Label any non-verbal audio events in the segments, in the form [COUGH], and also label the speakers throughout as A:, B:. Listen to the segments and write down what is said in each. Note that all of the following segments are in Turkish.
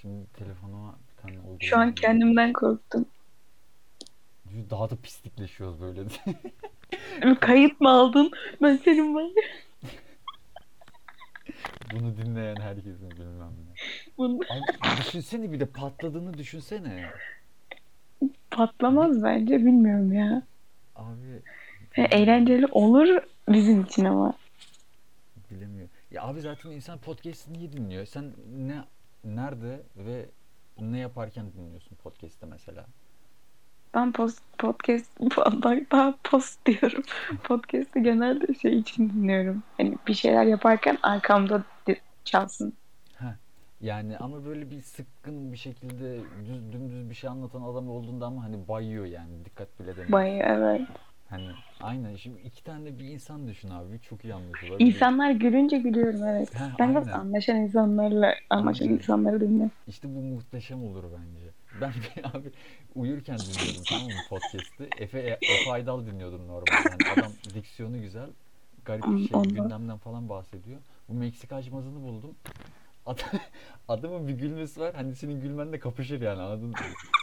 A: Şimdi telefonuma bir tane uygulama.
B: Şu an kendimden korktum.
A: Daha da pislikleşiyoruz böyle. [LAUGHS]
B: Bir kayıt mı aldın? Ben senin var. ya,
A: Bunu dinleyen herkesin bilmem ne.
B: Bunu
A: Ama düşünsene bir de patladığını düşünsene.
B: patlamaz bence bilmiyorum ya.
A: Abi
B: Ya Eğlenceli olur bizim için ama.
A: bilemiyor. Ya abi zaten insan podcast'i niye dinliyor? Sen ne nerede ve ne yaparken dinliyorsun podcast'te mesela?
B: Ben post, podcast [LAUGHS] bak daha post diyorum. Podcast'ı genelde şey için dinliyorum. Hani bir şeyler yaparken arkamda di- çalsın.
A: Yani ama böyle bir sıkkın bir şekilde düz dümdüz bir şey anlatan adam olduğunda ama hani bayıyor yani dikkat bile demiyor.
B: Bayağı evet.
A: Hani aynen şimdi iki tane bir insan düşün abi çok iyi anlatıyorlar.
B: İnsanlar gülünce gülüyorum evet.
A: Ha,
B: Ben biraz
A: aynen.
B: anlaşan insanlarla anlaşan
A: Aynen.
B: insanları dinliyorum.
A: İşte bu muhteşem olur bence. Ben bir [LAUGHS] abi uyurken dinliyordum tamam mı podcast'i. Efe, e, Efe Aydal dinliyordum normalde. Yani
B: [LAUGHS]
A: adam diksiyonu güzel. Garip bir şey
B: Ondan.
A: gündemden falan bahsediyor. Bu Meksika açmazını buldum. Ad, [LAUGHS] adamın bir gülmesi var. Hani senin gülmenle kapışır yani anladın mı?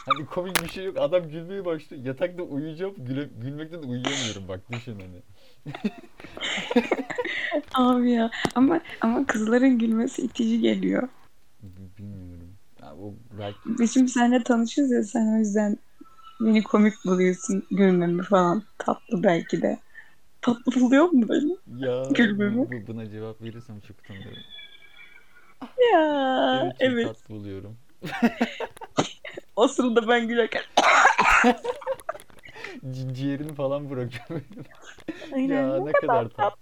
A: Hani komik bir şey yok. Adam gülmeye başlıyor. Yatakta uyuyacağım. Güle, gülmekten uyuyamıyorum bak düşün hani.
B: Abi ya ama ama kızların gülmesi itici geliyor.
A: B- Bilmiyorum. Ya o belki
B: Biz şimdi seninle tanışıyoruz ya sen o yüzden beni komik buluyorsun gülmemi falan. Tatlı belki de. Tatlı buluyor mu beni?
A: ya
B: Gülmemi.
A: bu- buna cevap verirsem çok utanırım.
B: Ya
A: Evet, çok
B: evet.
A: tatlı buluyorum.
B: O sırada ben gülerken.
A: Ci- ciğerini falan bırakıyor. [LAUGHS]
B: Aynen.
A: ya ne kadar tatlı.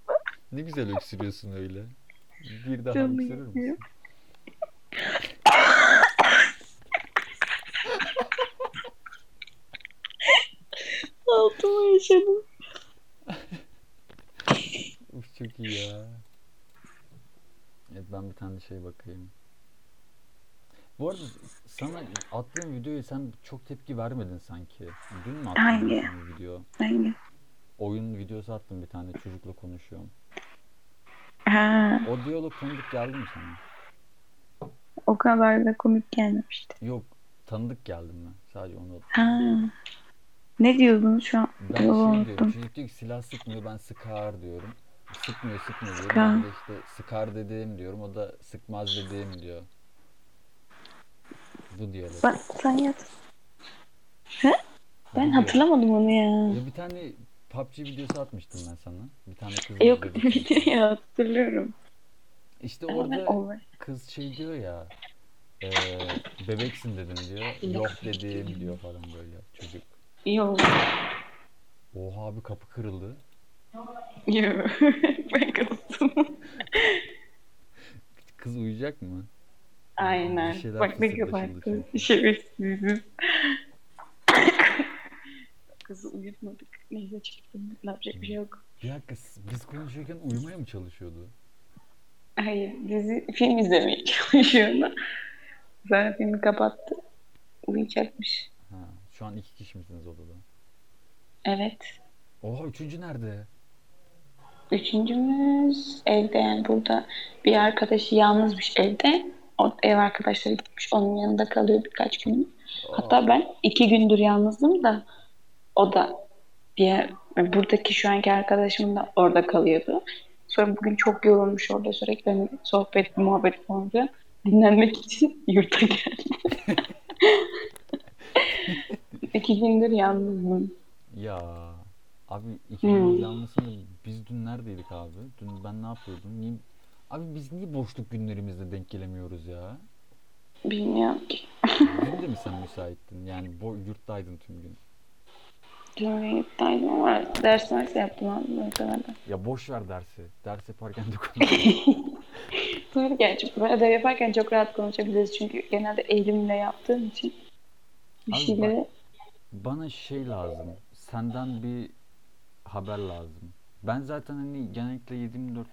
A: Ne güzel öksürüyorsun öyle. Bir daha
B: Canını
A: öksürür müsün?
B: yiyeyim. [LAUGHS] Altıma yaşadım.
A: Uf çok iyi ya. Evet ben bir tane şey bakayım. Bu arada sana attığım videoyu sen çok tepki vermedin sanki. Dün mü attın
B: Hangi?
A: sana video?
B: Aynen.
A: Oyun videosu attım bir tane çocukla konuşuyorum.
B: Ha,
A: O diyalog tanıdık geldi mi sana?
B: o kadar da komik gelmemişti.
A: Yok tanıdık geldi mi? Sadece onu
B: Ha. Ne diyordun şu an?
A: Ben şey
B: Doğru.
A: diyorum, çocuk diyor ki silah sıkmıyor ben sıkar diyorum. Sıkmıyor sıkmıyor diyorum. Ben de işte sıkar dediğim diyorum. O da sıkmaz dediğim diyor. Bu diyalog.
B: Ben, sen yat.
A: Bu
B: Ben
A: diyalog.
B: hatırlamadım onu ya.
A: Ya bir tane PUBG videosu atmıştım ben sana. Bir tane kız
B: [LAUGHS] Yok
A: videosu atmıştım.
B: ya hatırlıyorum.
A: İşte
B: Ama
A: orada
B: olmaz.
A: kız şey diyor ya. E, bebeksin dedim diyor. Yok dediğim diyor falan böyle çocuk.
B: Yok.
A: Oha abi kapı kırıldı.
B: Yok. [LAUGHS] ben kapatım.
A: Kız uyuyacak mı?
B: Aynen.
A: Bir şeyler
B: Bak ne kadar
A: fısıldaşıldı
B: kız-
A: çünkü.
B: şerefsiziz. [LAUGHS] Kızı uyutmadık. Neyse çıktım. Ne yapacak bir şey yok.
A: Bir dakika biz konuşurken uyumaya mı çalışıyordu?
B: Hayır dizi film izlemeye [LAUGHS] çalışıyor ama sonra filmi kapattı. Uyuyacakmış.
A: Ha, şu an iki kişi misiniz odada?
B: Evet.
A: Oha üçüncü nerede?
B: Üçüncümüz evde yani burada bir arkadaşı yalnızmış evde. O ev arkadaşları gitmiş. Onun yanında kalıyor birkaç gün. Hatta ben iki gündür yalnızdım da o da diğer buradaki şu anki arkadaşım da orada kalıyordu. Sonra bugün çok yorulmuş orada sürekli hani sohbet, muhabbet olunca dinlenmek için [LAUGHS] yurta geldi. iki gündür yalnızdım.
A: Ya abi iki
B: Hmm.
A: gün anlasana biz dün neredeydik abi? Dün ben ne yapıyordum? Niye... Abi biz niye boşluk günlerimizde denk gelemiyoruz ya?
B: Bilmiyorum ki.
A: dün de mi sen müsaittin? Yani bo yurttaydın tüm gün.
B: Dün yurttaydım ama ders mersi yaptım aslında muhtemelen.
A: Ya boş ver dersi. Ders yaparken de konuşuruz.
B: [LAUGHS] Doğru gerçi bu ödev yaparken çok rahat konuşabiliriz çünkü genelde elimle yaptığım için bir
A: Abi bak-
B: şeyleri
A: Bana şey lazım. Senden bir haber lazım. Ben zaten hani genellikle 7-24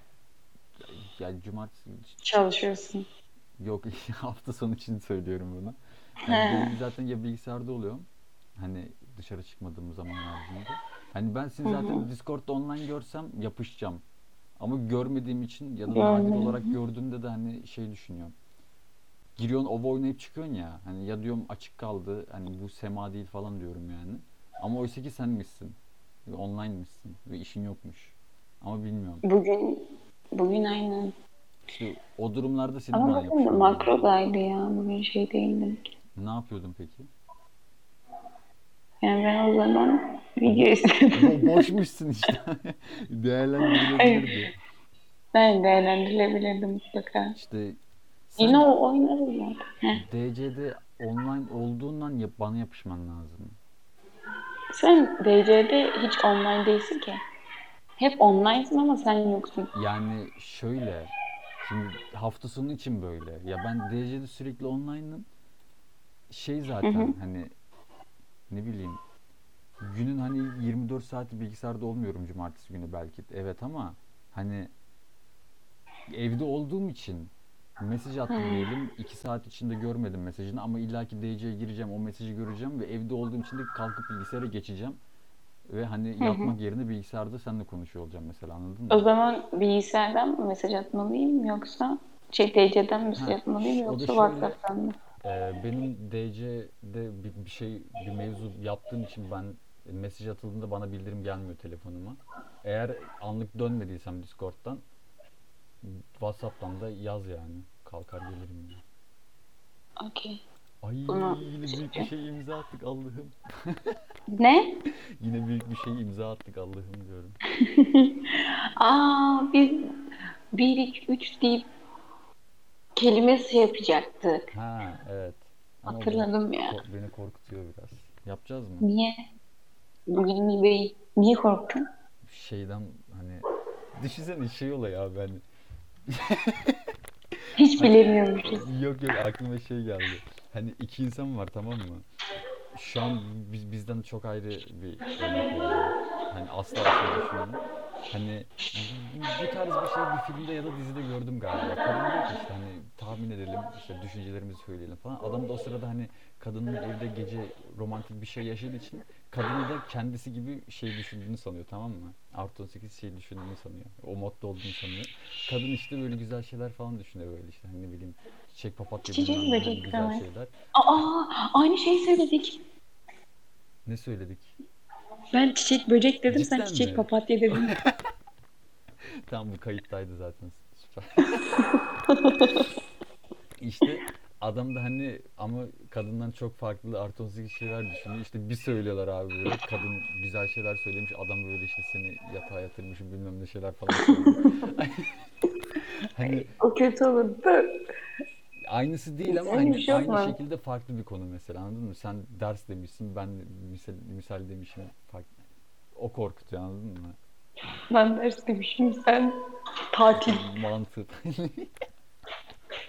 A: yani cumartesi
B: çalışıyorsun.
A: Yok [LAUGHS] hafta sonu için söylüyorum
B: [LAUGHS]
A: bunu.
B: He.
A: Yani benim zaten ya bilgisayarda oluyorum. Hani dışarı çıkmadığım zaman haricinde. Hani ben sizi
B: Hı hı.
A: zaten Discord'da online görsem yapışacağım. Ama görmediğim için ya da nadir
B: Görmedim.
A: olarak gördüğümde de hani şey düşünüyorum. giriyorsun ova oynayıp çıkıyorsun ya. Hani ya diyorum açık kaldı. Hani bu sema değil falan diyorum yani. Ama oysa ki senmişsin. Ve online'mışsın. Ve işin yokmuş. Ama bilmiyorum.
B: Bugün bugün aynen.
A: İşte o durumlarda senin
B: Ama
A: bana
B: bakın
A: yapışman lazım.
B: makrodaydı ya. Bugün şey değildi.
A: Ne yapıyordun peki?
B: Yani ben o zaman video izledim.
A: Bo- boşmuşsun işte. [LAUGHS] Değerlendirilebilirdi.
B: [LAUGHS] Ben değerlendirilebilirdi mutlaka.
A: İşte
B: Yine
A: sen
B: o oynarız zaten. Heh.
A: DC'de online olduğundan yap, bana yapışman lazım.
B: Sen DC'de hiç online değilsin ki. Hep online'sın ama sen yoksun.
A: Yani şöyle. Şimdi hafta sonu için böyle. Ya ben DC'de sürekli online'ım. Şey zaten
B: Hı hı.
A: hani ne bileyim günün hani 24 saati bilgisayarda olmuyorum cumartesi günü belki. Evet ama hani evde olduğum için mesaj attım
B: Hı.
A: diyelim. 2 saat içinde görmedim mesajını ama illaki DC'ye gireceğim o mesajı göreceğim ve evde olduğum için de kalkıp bilgisayara geçeceğim. Ve hani
B: hı.
A: yatmak yerine bilgisayarda seninle konuşuyor olacağım mesela anladın mı?
B: O zaman bilgisayardan mı mesaj atmalıyım yoksa şey DC'den mi mesaj
A: Ha,
B: atmalıyım
A: o da
B: yoksa
A: şöyle-
B: WhatsApp'tan mı?
A: Ee, benim DC'de bir, bir şey, bir mevzu yaptığım için ben e, mesaj atıldığında bana bildirim gelmiyor telefonuma. Eğer anlık dönmediysem Discord'dan WhatsApp'tan da yaz yani. Kalkar gelirim. ya.
B: Okey.
A: Ay
B: Bunu
A: yine büyük bir şey imza attık Allah'ım.
B: Ne?
A: Yine büyük bir şey imza attık Allah'ım diyorum.
B: Aa biz 1 2 3 deyip kelimesi yapacaktık.
A: Ha evet. Ama o beni-
B: Hatırladım ya.
A: ko- beni korkutuyor biraz. Yapacağız mı?
B: Niye? Bugün iyi değil. Niye korktun?
A: Şeyden hani düşünsene şey olayı abi hani
B: Hiç
A: Ay- [LAUGHS]
B: bilemiyormuşuz.
A: Yok yok aklıma şey geldi. Hani iki insan var tamam mı? Şu an biz, bizden çok ayrı bir örnek veriyorum. Hani asla asla düşünmüyorum. Hani bu, bu tarz bir şey bir filmde ya da dizide gördüm galiba. Kadın diyor ki işte hani tahmin edelim, işte düşüncelerimizi söyleyelim falan. Adam da o sırada hani kadının evde gece romantik bir şey yaşadığı için kadını da kendisi gibi şey düşündüğünü sanıyor tamam mı? Artı 18 şey düşündüğünü sanıyor. O modda olduğunu sanıyor. Kadın işte böyle güzel şeyler falan düşünüyor böyle işte hani ne bileyim çiçek papatya
B: Çiçek
A: bilmem ne
B: böcek
A: hani güzel
B: falan.
A: şeyler.
B: Aa aynı şeyi söyledik.
A: Ne söyledik? [LAUGHS]
B: Ben çiçek böcek dedim sen
A: Cidden
B: çiçek
A: mi?
B: papatya dedin.
A: Tam bu kayıttaydı zaten.
B: [LAUGHS]
A: Süper. işte adam da hani ama kadından çok farklı artı 18 şeyler düşünüyor. İşte bir söylüyorlar abi böyle. Kadın güzel şeyler söylemiş. Adam böyle işte seni yatağa yatırmış bilmem ne şeyler
B: [LAUGHS]
A: falan söylüyor. hani
B: o kötü olurdu.
A: aynısı değil ama
B: Öyle bir
A: hani
B: şey yok
A: aynı
B: mu?
A: şekilde farklı bir konu mesela anladın mı? Sen ders demişsin ben misal, misal demişim farklı. O korkutuyor anladın mı?
B: Ben ders demişim sen tatil.
A: Mantık. [LAUGHS]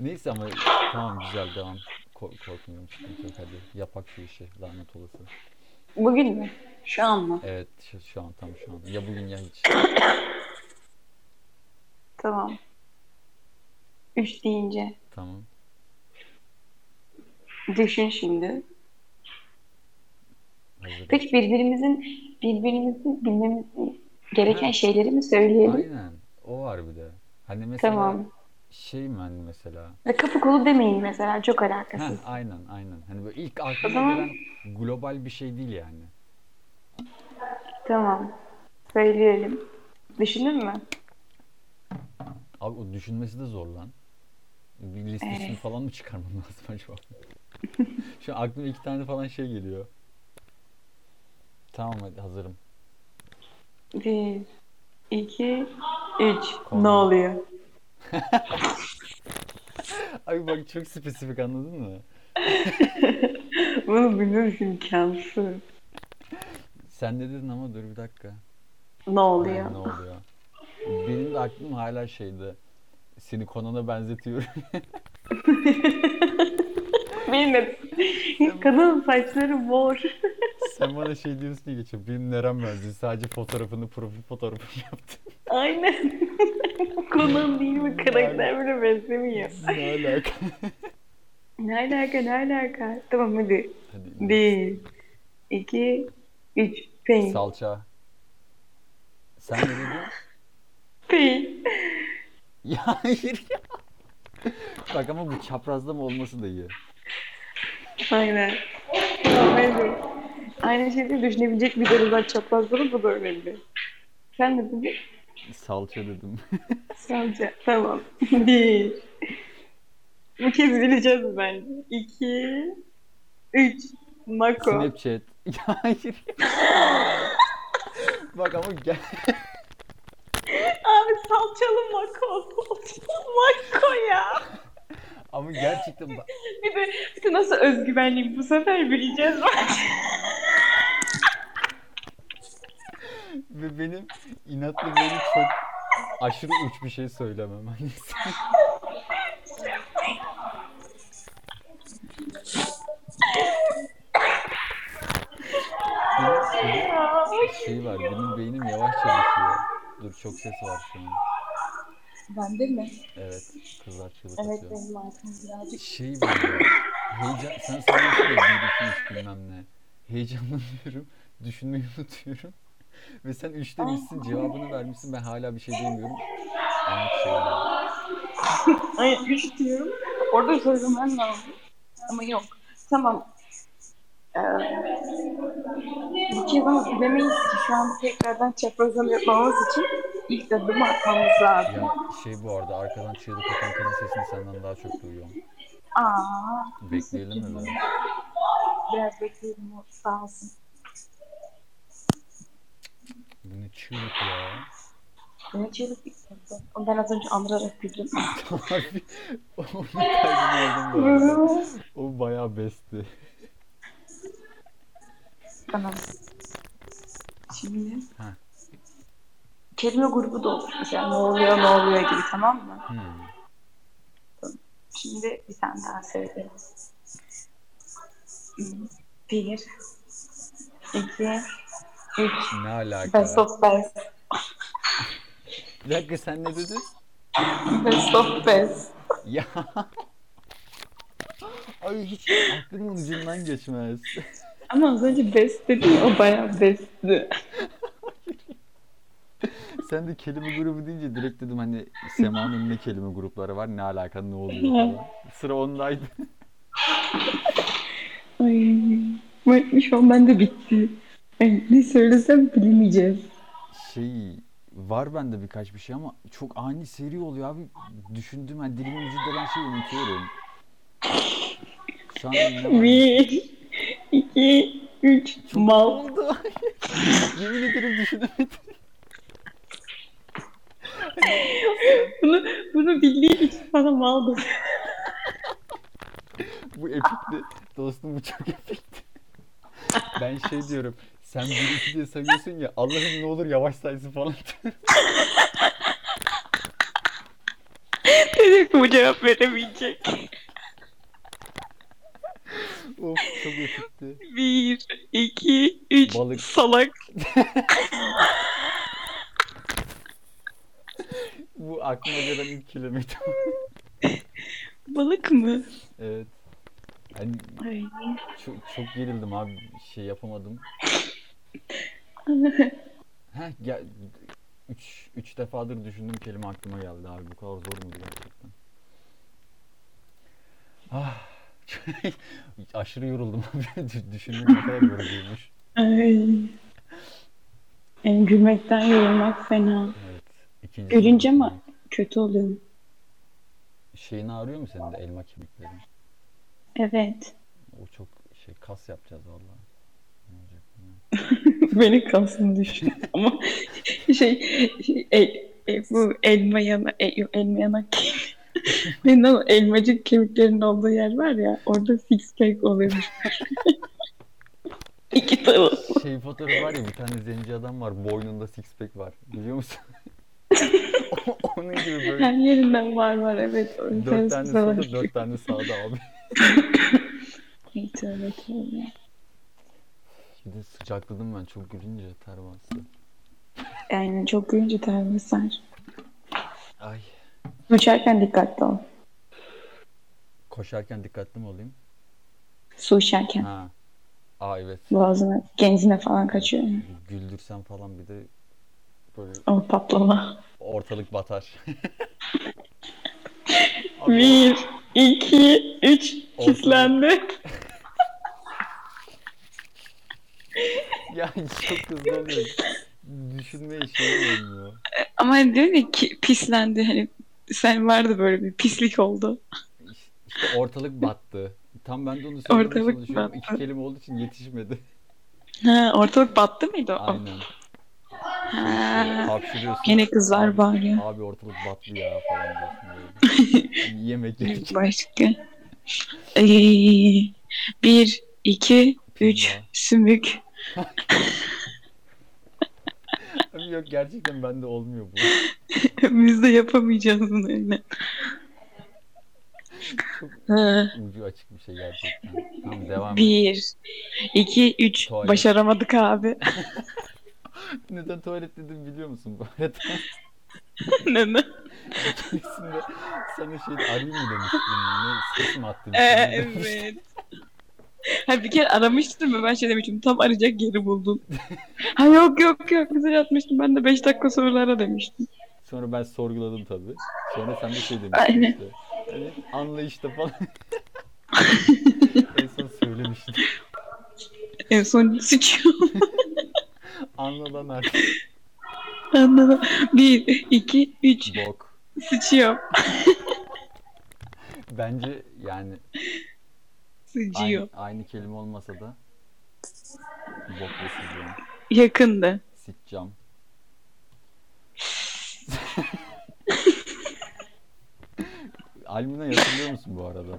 A: Neyse ama tamam güzel devam. Ko- korkmuyorum sıkıntı yok hadi. Yapak şu işi lanet olası.
B: Bugün mü? Şu an mı?
A: Evet şu, şu an tam şu an. Ya bugün ya hiç.
B: Tamam. Üç deyince.
A: Tamam.
B: Düşün şimdi.
A: Hazırım.
B: Peki birbirimizin birbirimizin bilmemiz gereken
A: Ha.
B: şeyleri mi söyleyelim?
A: Aynen. O var bir de. Hani mesela
B: Tamam.
A: şey mi hani mesela.
B: Ve kapı kolu demeyin mesela çok
A: Ha,
B: alakasız.
A: aynen aynen. Hani böyle ilk
B: O
A: aklıma
B: zaman-
A: gelen global bir şey değil yani.
B: Tamam. Söyleyelim. Düşündün mü?
A: Abi o düşünmesi de zor lan. Bir listesini
B: Evet.
A: falan mı çıkarmam [LAUGHS] lazım acaba? Şu an aklıma iki tane falan şey geliyor. Tamam hadi hazırım.
B: Bir, iki, üç.
A: Konu.
B: Ne oluyor?
A: Ay bak çok spesifik anladın mı?
B: Bunu bilmemiz imkansız.
A: Sen ne dedin ama dur bir dakika.
B: Ne oluyor?
A: Ne oluyor? Benim de aklım hala şeydi. Seni Conan'a benzetiyorum. [LAUGHS]
B: Benim de kadın saçları mor.
A: Sen bana şey diyorsun diye geçiyor. Benim Neren benziyor. Sadece fotoğrafını, profil fotoğrafını [LAUGHS] yaptın.
B: Aynen. [LAUGHS] Konum değil mi? Karakter bile benzemiyor.
A: ne alaka?
B: Ne alaka ne alaka? Tamam hadi.
A: Hadi.
B: Bir, iki, üç. Pey.
A: Salça. Sen ne dedin?
B: Pey.
A: Ya hayır ya. Bak ama bu çaprazlama olması da iyi.
B: Aynen. Aynen. Aynı şekilde düşünebilecek bir durumdan çaprazları bu da önemli. Sen de dedin.
A: Salça dedim.
B: Sadece. Tamam. [LAUGHS] Bir. Bu kez bileceğiz bence. İki. Üç. Mako.
A: Snapchat. [LAUGHS] Ya Hayır. Bak ama gel.
B: Abi salçalı mako. Salçalı mako ya.
A: Ama gerçekten bak-
B: Bir de, bir de nasıl özgüvenliyim bu sefer bileceğiz bence.
A: ve benim inatla böyle çok aşırı uç bir şey söylemem. Hani sen- Benim- benim- şey var. Benim beynim yavaş çalışıyor. Dur çok ses var şimdi.
C: Bende mi?
A: Evet. Kızlar çığlık
C: Evet
A: atıyor.
C: benim arkam birazcık.
A: Şey var. ya, Heyecan. Sen sanıyorsun ya bir, iki, üç bilmem ne. Heyecanlanıyorum. Düşünmeyi unutuyorum. Ve sen üç demişsin cevabını vermişsin. Ben hala bir şey demiyorum. Anlık şey oluyor.
B: Ay üç diyorum. Orada söylemen lazım. Ama yok. Tamam. Ee, bir kez ama bilemeyiz ki şu an tekrardan çaprazlama yapmamız için ilk adımı atmamız lazım.
A: Ya şey bu arada arkadan çığlık atan kızın sesini senden daha çok duyuyorum.
B: Aa,
A: Bekleyelim mi böyle?
B: biraz bekleyelim o sağ olsun.
A: Bu ne çığlık ya?
B: Ne çığlık bir Ben az önce
A: [LAUGHS]
B: andırarak güldüm.
A: Abi onu kaybını aldım bu arada. O bayağı besti.
B: Tamam. Şimdi
A: Ha.
B: kelime grubu da oluşmuş yani ne oluyor ne oluyor gibi tamam mı?
A: Hmm.
B: Şimdi bir tane daha söyleyeyim. Hmm, Bir, iki, üç.
A: Ne alaka?
B: Best of best.
A: Bir dakika sen ne dedin?
B: Best of best.
A: [LAUGHS] Ya. Ay hiç aklımın ucundan geçmez.
B: Ama az önce best dedin ya, o bayağı bestti.
A: Sen de kelime grubu deyince direkt dedim hani Sema'nın ne kelime grupları var ne alaka ne oluyor falan. Sıra ondaydı.
B: Ay, ben- şu an bende bitti. Ay, ne söylesem bilemeyeceğiz.
A: Şey var bende birkaç bir şey ama çok ani seri oluyor abi. Düşündüm hani dilimin ucu denen şeyi unutuyorum. Şu an ne var?
B: Bir, iki, üç. Mal.
A: oldu. [LAUGHS] Yemin ederim düşünemedim.
B: Bunu, bunu bildiğin için sana mal dedim.
A: Bu epikti. Dostum bu çok epikti. Ben şey diyorum. Sen 1 2 diye sayıyorsun ya Allah'ım ne olur yavaş saysın falan. [LAUGHS]
B: Dedim ki bu cevap veremeyecek.
A: of çok epikti.
B: Bir, iki, üç.
A: Balık.
B: Salak.
A: Bu aklıma gelen ilk kilometre.
B: Balık mı?
A: evet. Yani
B: Ay.
A: çok, çok gerildim abi. Şey yapamadım. Heh ya 3 3 defadır düşündüğüm kelime aklıma geldi abi. Bu kadar zor muydu gerçekten? Ah. [LAUGHS] Aşırı yoruldum abi. [LAUGHS] Dü- Düşünmek ne kadar yorucuymuş.
B: Ay. Yani gülmekten yorulmak fena.
A: Evet. İkinci
B: Görünce
A: soru.
B: mi? Kötü oluyorum.
A: Şeyin ağrıyor mu senin de elma kemiklerin?
B: Evet. [LAUGHS]
A: O çok şey kas yapacağız vallahi. Ne olacak bilmiyorum.
B: Beni kalsın düşün. Ama [LAUGHS] şey, şey, el- e, bu elma yana, e, yok, elma yanak kemik. [LAUGHS] Benim ama elmacık kemiklerinin olduğu yer var ya orada six pack oluyormuş. [LAUGHS] İki tarafı.
A: Şey fotoğrafı var ya bir tane zenci adam var. Boynunda six pack var. Biliyor musun? [LAUGHS] O- Onun gibi
B: Her
A: böyle
B: yerinden var var evet.
A: dört tane
B: şey.
A: solda dört tane sağda abi.
B: Ay, tövbe, tövbe.
A: Bir de sıcakladım ben çok gülünce ter bastı.
B: Yani çok görünce terbiye sar.
A: Ay.
B: Uçarken dikkatli ol.
A: Koşarken dikkatli mi olayım?
B: Su içerken.
A: Ha. Aa evet.
B: Boğazına, genzine falan kaçıyor. ya.
A: Güldürsem falan bir de böyle
B: Ama patlama.
A: [LAUGHS] ortalık batar.
B: Bir, iki, üç.
A: Olsun.
B: Kislendi.
A: Ya [LAUGHS] çok hızlı oluyor. Düşünmeye şey olmuyor.
B: Ama hani diyor ya ki pislendi. Hani sen vardı böyle bir pislik oldu.
A: İş- İşte ortalık battı. Tam ben de onu söylemeye
B: Ortalık
A: çalışıyorum.
B: battı.
A: İki kelime olduğu için
B: [LAUGHS]
A: yetişmedi.
B: Ha, ortalık battı mıydı o?
A: Aynen.
B: Ha.
A: Hapşırıyorsun.
B: Ah. Gene kızlar
A: Abi-
B: bağırıyor.
A: Abi ortalık battı ya falan diyorsun
B: [LAUGHS]
A: böyle. Hani Yemek yedik.
B: Başka. Ay, bir, iki, üç.
A: Pizza.
B: Sümük.
A: Abi Yok gerçekten bende olmuyor bu.
B: Biz de yapamayacağız bunu öyle. Ha,
A: Ucu açık bir şey gerçekten. Tamam devam et.
B: Bir, iki, üç.
A: Tuvalet.
B: Başaramadık abi. [LAUGHS]
A: Neden tuvalet dedim biliyor musun? Bu arada [LAUGHS]
B: Neden?
A: içerisinde sana şey arayayım mı demiştim. Ne stres mi attım?
B: Ee, evet. Ha, bir kere aramıştım ve ben şey demiştim. Tam arayacak yeri buldum. ha yok yok yok güzel atmıştım. Ben de 5 dakika sonra ara demiştim.
A: Sonra ben sorguladım tabii. Sonra sen de şey demiştin
B: Aynen.
A: işte. Hani anlayışta
B: [LAUGHS]
A: falan. en son söylemiştin.
B: En son sıçıyor. [LAUGHS]
A: Anladan artık
B: Anladım. 1, 2, 3
A: bok.
B: sıçıyor.
A: Bence yani aynı,
B: Sıçıyor.
A: aynı kelime olmasa da bok ve sizin
B: Yakındı. [LAUGHS]
A: sitcam. Almina hatırlıyor musun bu arada?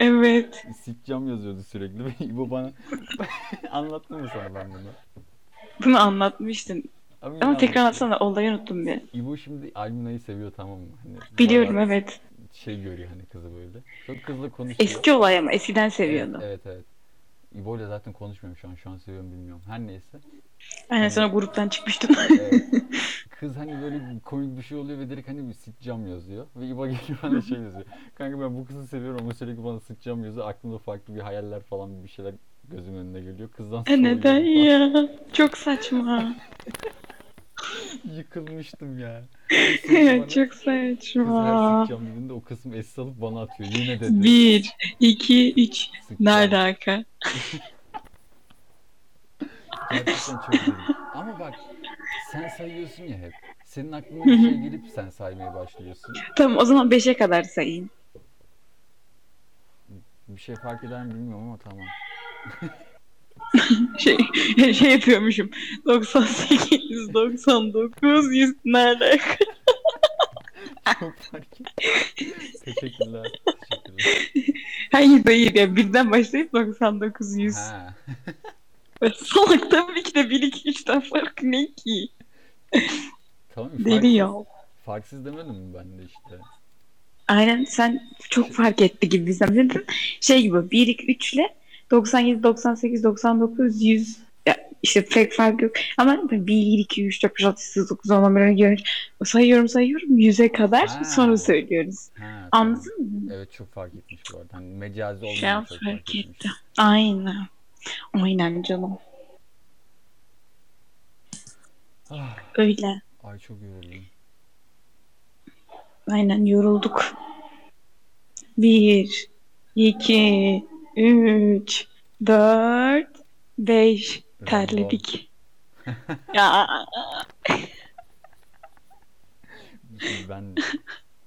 B: Evet.
A: Sitcam yazıyordu sürekli. [LAUGHS] Bu bana anlattı mı sana ben bunu?
B: Bunu anlatmıştın.
A: Ama, yine
B: Ama tekrar
A: anlattı.
B: anlatsana olayı unuttum bir.
A: İbo şimdi Almina'yı seviyor tamam mı? Hani
B: Biliyorum
A: bayağı
B: evet.
A: Şey görüyor hani kızı böyle. Çok kızla konuşuyor.
B: Eski olay ama eskiden
A: Evet,
B: seviyordu.
A: Evet evet. İbo ile zaten konuşmuyorum şu an. Şu an seviyorum bilmiyorum. Her
B: [LAUGHS]
A: neyse.
B: Aynen sonra gruptan çıkmıştım.
A: [LAUGHS] Evet. Kız hani böyle komik bir şey oluyor ve direkt hani bir sitcam yazıyor. Ve İbo geliyor bana şey yazıyor. Kanka ben bu kızı seviyorum ama sürekli bana sitcam yazıyor. Aklımda farklı bir hayaller falan bir şeyler gözümün önüne geliyor. Kızdan
B: E, Neden
A: soğuyorum falan.
B: ya? Çok saçma.
A: [LAUGHS] Yıkılmıştım ya.
B: Ya,
A: Kız
B: [LAUGHS] Çok
A: şey her
B: saçma.
A: sitcam dediğinde o kısım es alıp bana atıyor. Yine dedi.
B: Bir, iki, üç.
A: Sitcam.
B: Ne alaka?
A: Gerçekten çok iyi. Ama bak sen sayıyorsun ya hep. Senin aklına bir şey gelip sen saymaya başlıyorsun.
B: Tamam o zaman beşe kadar sayayım. [LAUGHS]
A: Bir şey fark eder mi bilmiyorum ama [LAUGHS] tamam.
B: Şey, [LAUGHS] şey yapıyormuşum. 98, 99, 100 ne alaka?
A: Çok fark et. Teşekkürler. Teşekkürler.
B: Hayır hayır ya birden başlayıp 99, 100.
A: Ha.
B: Salak tabii ki de 1, 2, 3'ten fark ne ki?
A: Tamam fark,
B: Deli ya.
A: Farksız demedim mi ben de işte.
B: Aynen sen çok fark etti gibi bizden. Dedim, Şey gibi 1, 2, 3 ile 97, 98, 99, 100 ya işte pek fark yok. Ama 1, 2, 3, 4, 5, 6, 7, 9, 10, 11, 12, 13 sayıyorum sayıyorum 100'e kadar
A: Ha.
B: sonra söylüyoruz.
A: Ha, tamam.
B: Anladın mı?
A: Evet çok fark etmiş bu arada. Hani mecazi
B: Şu an
A: olmayan çok fark
B: fark
A: etmiş.
B: etti. Aynen. Aynen canım.
A: Ah,
B: Öyle.
A: ay çok yoruldum.
B: Aynen yorulduk. Bir, iki, üç, dört, beş. Terledik. [LAUGHS] ya
A: Şimdi ben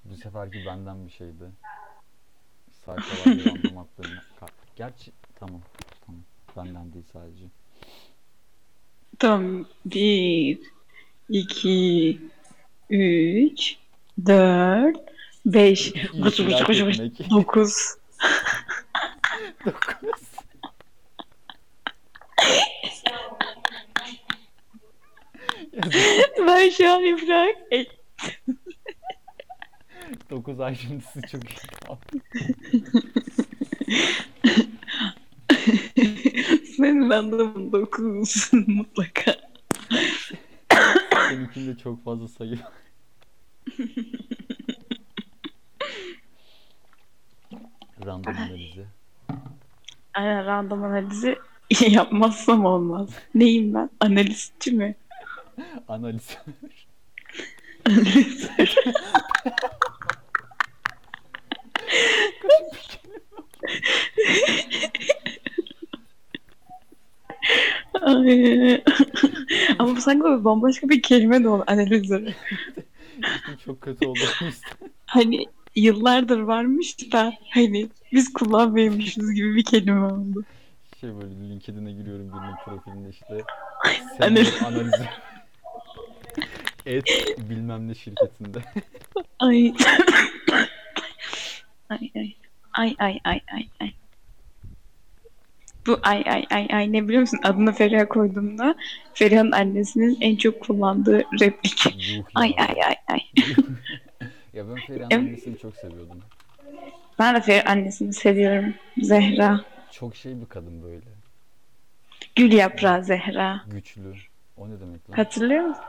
A: bu seferki benden bir şeydi. Sayfalar random attığım. ka- Gerçi tamam. Tamam. Benden değil sadece.
B: tamam. Bir, iki, üç, dört, beş, Koş, koş, koş, koş.
A: Etmek. [LAUGHS]
B: dokuz. [LAUGHS]
A: Dokuz.
B: ben şu an ifrak. E,
A: Dokuz ayrıntısı çok iyi. kaldı.
B: Senin anlamın dokuz [LAUGHS] mutlaka.
A: Seninkinde çok fazla sayı. var. Random analizi.
B: Aynen random analizi [LAUGHS] yapmazsam olmaz. Neyim ben? Analistçi mi?
A: Analiz. [LAUGHS]
B: Ay. Ama bu sanki böyle bambaşka bir kelime de oldu analizör.
A: İşte çok kötü oldu.
B: Hani yıllardır varmış da hani biz kullanmıyormuşuz gibi bir kelime oldu.
A: şey böyle LinkedIn'e giriyorum birinin profiline işte. Analiz.
B: Analiz.
A: [LAUGHS] analizi. Et bilmem ne şirketinde. [LAUGHS]
B: Ay. [COUGHS] ay ay. Ay ay ay ay ay. Bu ay ay ay ay ne biliyor musun? Adını Feriha koyduğumda Feriha'nın annesinin en çok kullandığı replik.
A: Yuh ya.
B: Ay ay ay ay.
A: Ya ben Feriha'nın
B: Evet.
A: annesini çok seviyordum.
B: Ben de Feriha annesini seviyorum. Zehra.
A: Çok şey bir kadın böyle.
B: Gül yaprağı Zehra.
A: Güçlü. O ne demek lan?
B: Hatırlıyor musun?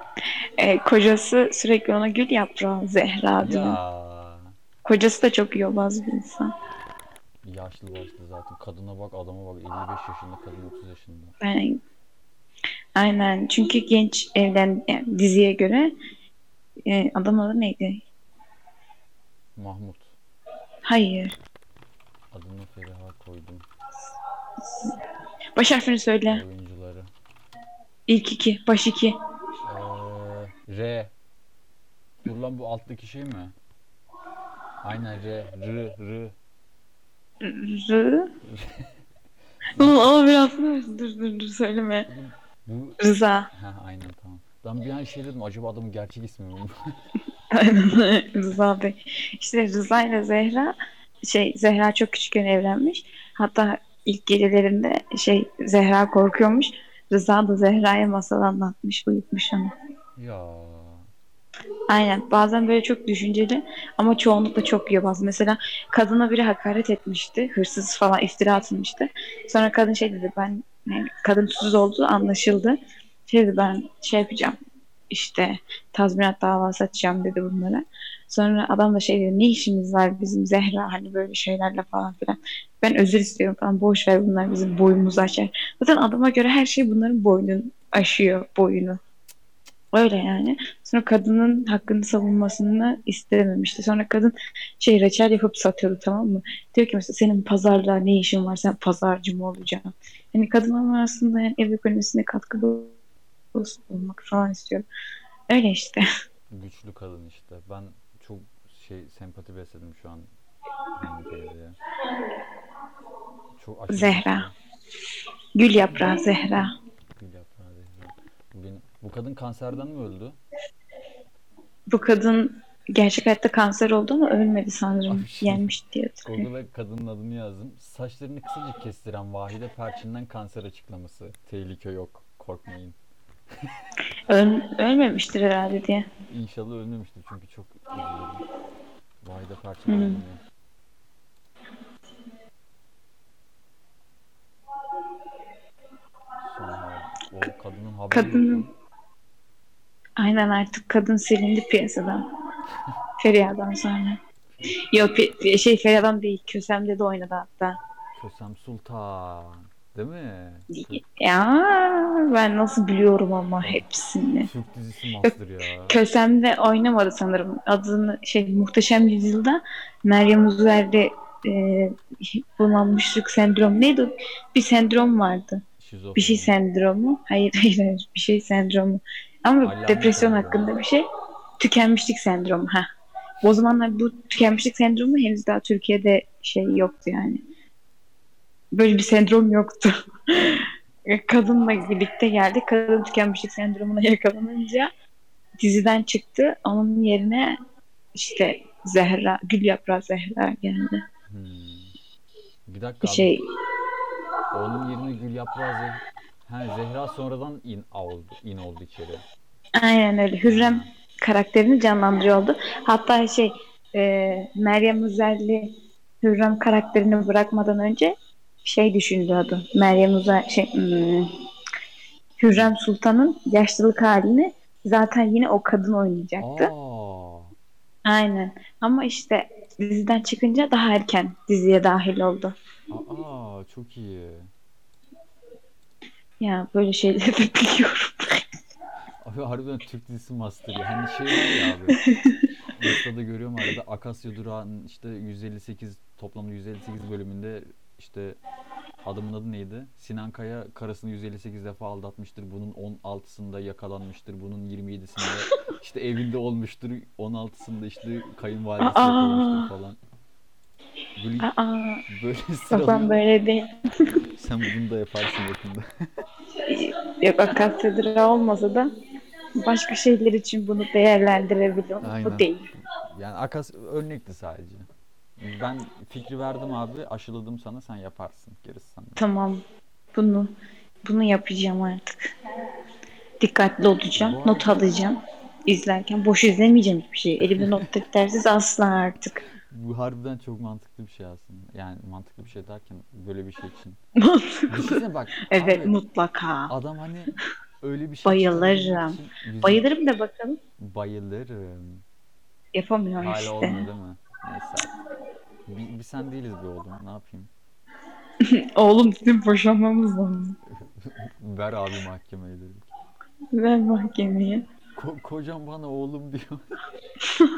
B: Ee, kocası sürekli ona gül yaprağı Zehra diyor.
A: Ya.
B: Kocası da çok yobaz bir insan.
A: Yaşlı başlı zaten. Kadına bak adama bak. 55 yaşında kadın 30 yaşında.
B: Ben- Aynen. Çünkü genç evlen yani diziye göre e, adam adı neydi?
A: Mahmut.
B: Hayır.
A: Adını Feriha koydum.
B: Baş harfini söyle.
A: Oyuncuları.
B: İlk iki. Baş iki.
A: Eee, Ee, R. Dur lan bu alttaki şey mi? Aynen R. R. R.
B: R. Oğlum ama biraz dur dur dur söyleme.
A: Bu...
B: Rıza.
A: Ha aynen tamam. Ben bir an şey dedim acaba adamın gerçek ismi mi? [LAUGHS]
B: Aynen. [LAUGHS] Rıza Bey. İşte Rıza ile Zehra şey Zehra çok küçükken evlenmiş. Hatta ilk gecelerinde şey Zehra korkuyormuş. Rıza da Zehra'ya masal anlatmış, uyutmuş onu.
A: ya.
B: Aynen. Bazen böyle çok düşünceli ama çoğunlukla çok yobaz. Mesela kadına biri hakaret etmişti. Hırsız falan iftira atılmıştı. Sonra kadın şey dedi ben yani kadın suçsuz olduğu anlaşıldı. Şey dedi ben şey yapacağım işte tazminat davası açacağım dedi bunlara. Sonra adam da şey dedi ne işimiz var bizim Zehra hani böyle şeylerle falan filan. Ben özür istiyorum falan boş ver bunlar bizim boyumuzu aşar. Zaten adama göre her şey bunların boynunu aşıyor boyunu. Öyle yani. Sonra kadının hakkını savunmasını istememişti. Sonra kadın şey reçel yapıp satıyordu tamam mı? Diyor ki mesela senin pazarda ne işin var sen pazarcı mı olacaksın? Hani kadın ama aslında yani ev ekonomisine katkıda olsun- olmak falan istiyor. Öyle işte. [LAUGHS]
A: Güçlü kadın işte. Ben çok şey sempati besledim şu an. Hanım teyzeye. Çok aşırı
B: Zehra. Gül yaprağı Zehra.
A: güçlü. Gül yaprağı Zehra. Bu, benim- bu kadın kanserden mi öldü?
B: Bu kadın gerçek hayatta kanser oldu ama ölmedi sanırım.
A: Ay, şey-
B: Yenmiş diye hatırlıyorum.
A: Google'a kadının adını yazdım. Saçlarını kısacık kestiren Vahide Perçin'den kanser açıklaması. Tehlike yok. Korkmayın.
B: Öl, ölmemiştir herhalde diye.
A: İnşallah ölmemiştir çünkü çok üzüldüm. Vahide Perçin
B: Hmm.
A: ölmüyor. Son haber. O kadının haberi
B: Kadının-
A: yok.
B: Aynen artık kadın silindi piyasadan. Feriha'dan sonra. Yok pi- pi- şey Feriha'dan değil. Kösem'de de oynadı hatta.
A: Kösem Sultan. Değil mi?
B: Ya ben nasıl biliyorum ama hepsini.
A: Türk dizisi master ya.
B: Kösem'de oynamadı sanırım. Adını şey Muhteşem Yüzyıl'da Meryem Uzer'de e, bunalmışlık sendromu neydi? o? Bir sendrom vardı.
A: Şizofreni.
B: Bir şey sendromu. Hayır [LAUGHS] hayır hayır. Bir şey sendromu. Ama
A: Alamet
B: depresyon
A: oluyor.
B: hakkında bir şey. Tükenmişlik sendromu. Ha. O zamanlar bu tükenmişlik sendromu henüz daha Türkiye'de şey yoktu yani. Böyle bir sendrom yoktu. [LAUGHS] E, Kadınla birlikte geldi. Kadın tükenmişlik sendromuna [LAUGHS] yakalanınca diziden çıktı. Onun yerine işte Zehra, Gül Yaprağı Zehra geldi.
A: Hmm. Bir dakika
B: Bir
A: abi.
B: şey
A: Onun yerine Gül Yaprağı Zehra. Ha, Zehra sonradan in oldu, in oldu içeri.
B: aynen öyle. Hürrem karakterini canlandırıyordu. Hatta şey e, Meryem Uzerli Hürrem karakterini bırakmadan önce şey düşünüyordu. Meryem Uzer şey hmm, Hürrem Sultan'ın yaşlılık halini zaten yine o kadın oynayacaktı.
A: Aa,
B: Aynen. Ama işte diziden çıkınca daha erken diziye dahil oldu.
A: aa çok iyi.
B: Ya böyle şeyleri de [LAUGHS] biliyorum.
A: Abi harbiden Türk dizisi master ya. Hani şey var ya
B: [LAUGHS]
A: abi. Insta'da görüyorum arada Akasya Durağı'nın işte 158 toplamda 158 bölümünde işte Adamın adı neydi? Sinan Kaya karısını 158 defa aldatmıştır. Bunun 16'sında yakalanmıştır. Bunun
B: [LAUGHS]
A: 27'sinde işte evinde olmuştur. 16'sında işte kayınvalidesi
B: Aa!
A: yakalamıştır falan. Böyle,
B: Aa,
A: böyle
B: yok ben
A: sıralıyor.
B: böyle değil.
A: Sen bunu da yaparsın yakında.
B: Yok akasyadıra olmasa da başka şeyler için bunu değerlendirebiliyorum.
A: Aynen.
B: Bu değil.
A: Yani akas örnekti sadece. Ben fikri verdim abi. Aşıladım sana sen yaparsın. Gerisi sana.
B: Tamam. Bunu bunu yapacağım artık. Dikkatli olacağım.
A: Bu-
B: Not alacağım. İzlerken boş izlemeyeceğim hiçbir şey. Elimde not deftersiz asla artık. [LAUGHS]
A: Bu harbiden çok mantıklı bir şey aslında. Yani mantıklı bir şey derken böyle bir şey için. Düşünsene bak.
B: [LAUGHS] evet
A: abi,
B: mutlaka.
A: Adam hani öyle bir şey
B: Bayılırım.
A: çıkarabilmek için yüzü-
B: Bayılırım da bakalım.
A: Bayılırım.
B: Yapamıyorum
A: Hala
B: işte.
A: olmuyor değil mi? Neyse. Bir, bir sen değiliz bir oğlum. Ne yapayım?
B: Oğlum bizim boşanmamız lazım.
A: Ver abi mahkemeye dedik.
B: Ver mahkemeye.
A: Ko- kocam bana oğlum diyor. [LAUGHS]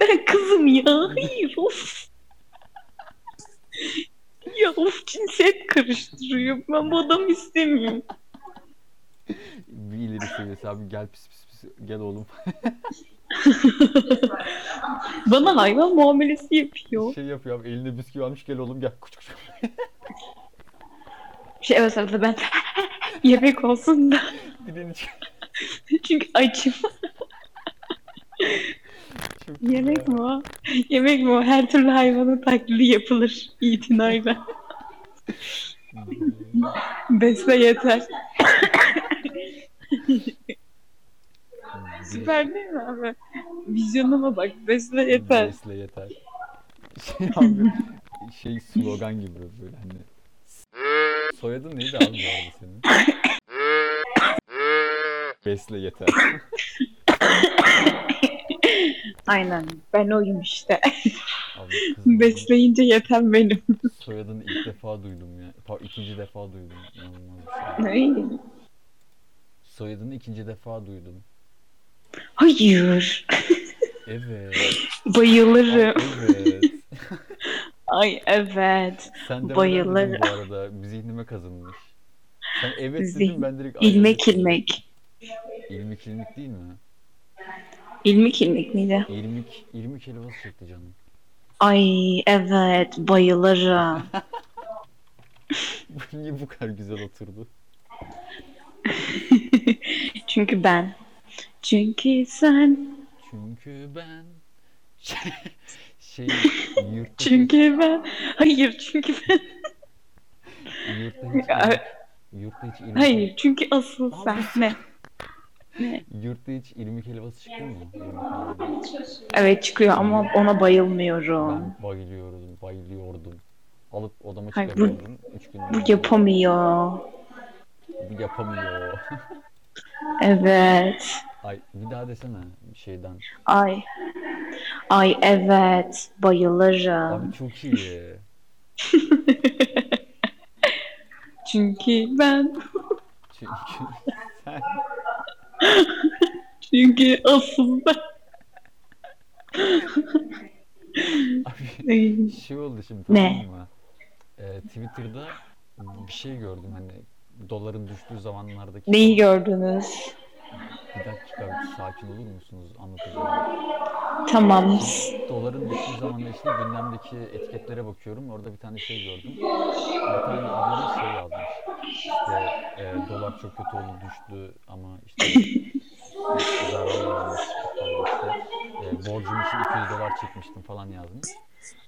B: Ben kızım ya. Hayır of. ya of cinsiyet karıştırıyor. Ben bu adamı istemiyorum.
A: bir ileri seviyesi abi gel pis pis pis gel oğlum.
B: Bana hayvan muamelesi yapıyor.
A: şey yapıyor abi eline bisküvi almış gel oğlum gel. Kuç kuç.
B: Şey evet sırada ben [LAUGHS] yemek olsun da.
A: [LAUGHS]
B: [LAUGHS]
A: Dilini çık.
B: Çünkü açım.
A: Çok iyi
B: Yemek
A: ya.
B: mi o? Yemek mi o? Her türlü hayvanın taklidi yapılır itinayla. Besle yeter. [LAUGHS] Süper değil mi abi? Vizyonuma bak. Besle yeter.
A: Besle yeter. [LAUGHS] Şey abi şey slogan gibi böyle hani. Soyadın neydi abi bu arada senin? Besle yeter.
B: Aynen. Ben oyum işte. [LAUGHS]
A: Abi kızım,
B: Besleyince yeter benim.
A: Soyadını ilk defa duydum ya. Pa- ikinci defa duydum. İnanılmaz bir şey.
B: Ay,
A: Soyadını ikinci defa duydum.
B: Hayır.
A: Evet. Ay,
B: Bayılırım.
A: evet.
B: Ay evet.
A: Sen de
B: Bayılırım.
A: bu arada. Zihnime kazınmış. Sen evet
B: Zihin-
A: dedin ben direkt ay
B: İlmek
A: dedim.
B: ilmek.
A: İlmik ilmik değil mi?
B: İlmek ilmek miydi?
A: İlmik, ilmik helvası çekti canım. [LAUGHS]
B: Ay evet bayılırım.
A: Bu Niye bu kadar güzel oturdu?
B: Çünkü ben. Çünkü sen.
A: Çünkü ben şey, şey yurtta,
B: Çünkü ben. Hayır çünkü ben.
A: yurtta hiç
B: Ay.
A: ilmik, yurtta hiç ilmik,
B: Hayır çünkü asıl sen. Ne?
A: yurtta hiç ilmik helvası çıktı mı? İlmik helvası.
B: Evet çıkıyor ama ona bayılmıyorum.
A: Ben bayılıyordum, bayılıyordum. Alıp odama
B: Hayır, bu-
A: çıkarıyordum. Üç gün
B: Bu yapamıyor.
A: Bu yapamıyor.
B: Evet.
A: Ay bir daha desene bir şeyden.
B: Ay. Ay evet bayılırım.
A: Abi çok iyi.
B: [LAUGHS] Çünkü ben.
A: Çünkü sen
B: Çünkü aslında
A: [LAUGHS] abi
B: Ay,
A: şey oldu şimdi
B: Ne?
A: tamam mı? Ee, Twitter'da bir şey gördüm hani doların düştüğü zamanlardaki
B: neyi gördünüz?
A: bir dakika sakin olur musunuz anlatacağım.
B: Tamam.
A: Doların düştüğü zamanlar işte gündemdeki etiketlere bakıyorum. Orada bir tane şey gördüm. Bir tane ablamız şey yazmış. İşte e, dolar çok kötü oldu düştü ama işte zarar vermiş falan işte. E, borcum için 200 dolar çekmiştim falan yazmış.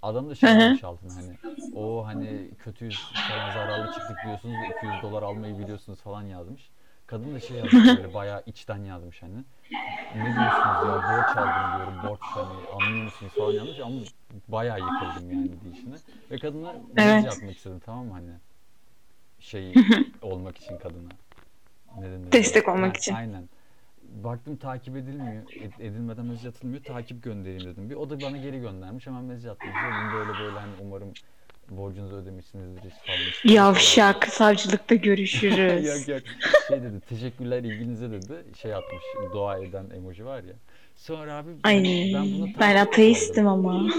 A: Adam da şey
B: Hı hı.
A: yazmış altına hani o hani kötüyüz falan zararlı çıktık diyorsunuz da 200 dolar almayı biliyorsunuz falan yazmış. Kadın da şey yazmış böyle bayağı içten yazmış hani. Ne diyorsunuz ya borç aldım diyorum borç hani anlıyor musunuz falan yazmış ama bayağı yıkıldım yani deyişine. Ve kadına mesaj
B: Evet.
A: yapmak istedim tamam mı hani şey olmak için kadına. Ne denir?
B: Destek
A: Ha,
B: olmak için.
A: Aynen. Baktım takip edilmiyor, ed- edilmeden mesaj atılmıyor. Takip göndereyim dedim. Bir o da bana geri göndermiş. Hemen mesaj attım. Dedim böyle böyle hani umarım borcunuzu ödemişsinizdir falan.
B: Yavşak
A: [LAUGHS]
B: savcılıkta görüşürüz.
A: yok yok. Şey dedi. Teşekkürler ilginize dedi. Şey atmış. Dua eden emoji var ya. Sonra abi
B: Ay
A: ben buna
B: ben
A: takip
B: ateistim ama.
A: kaldım.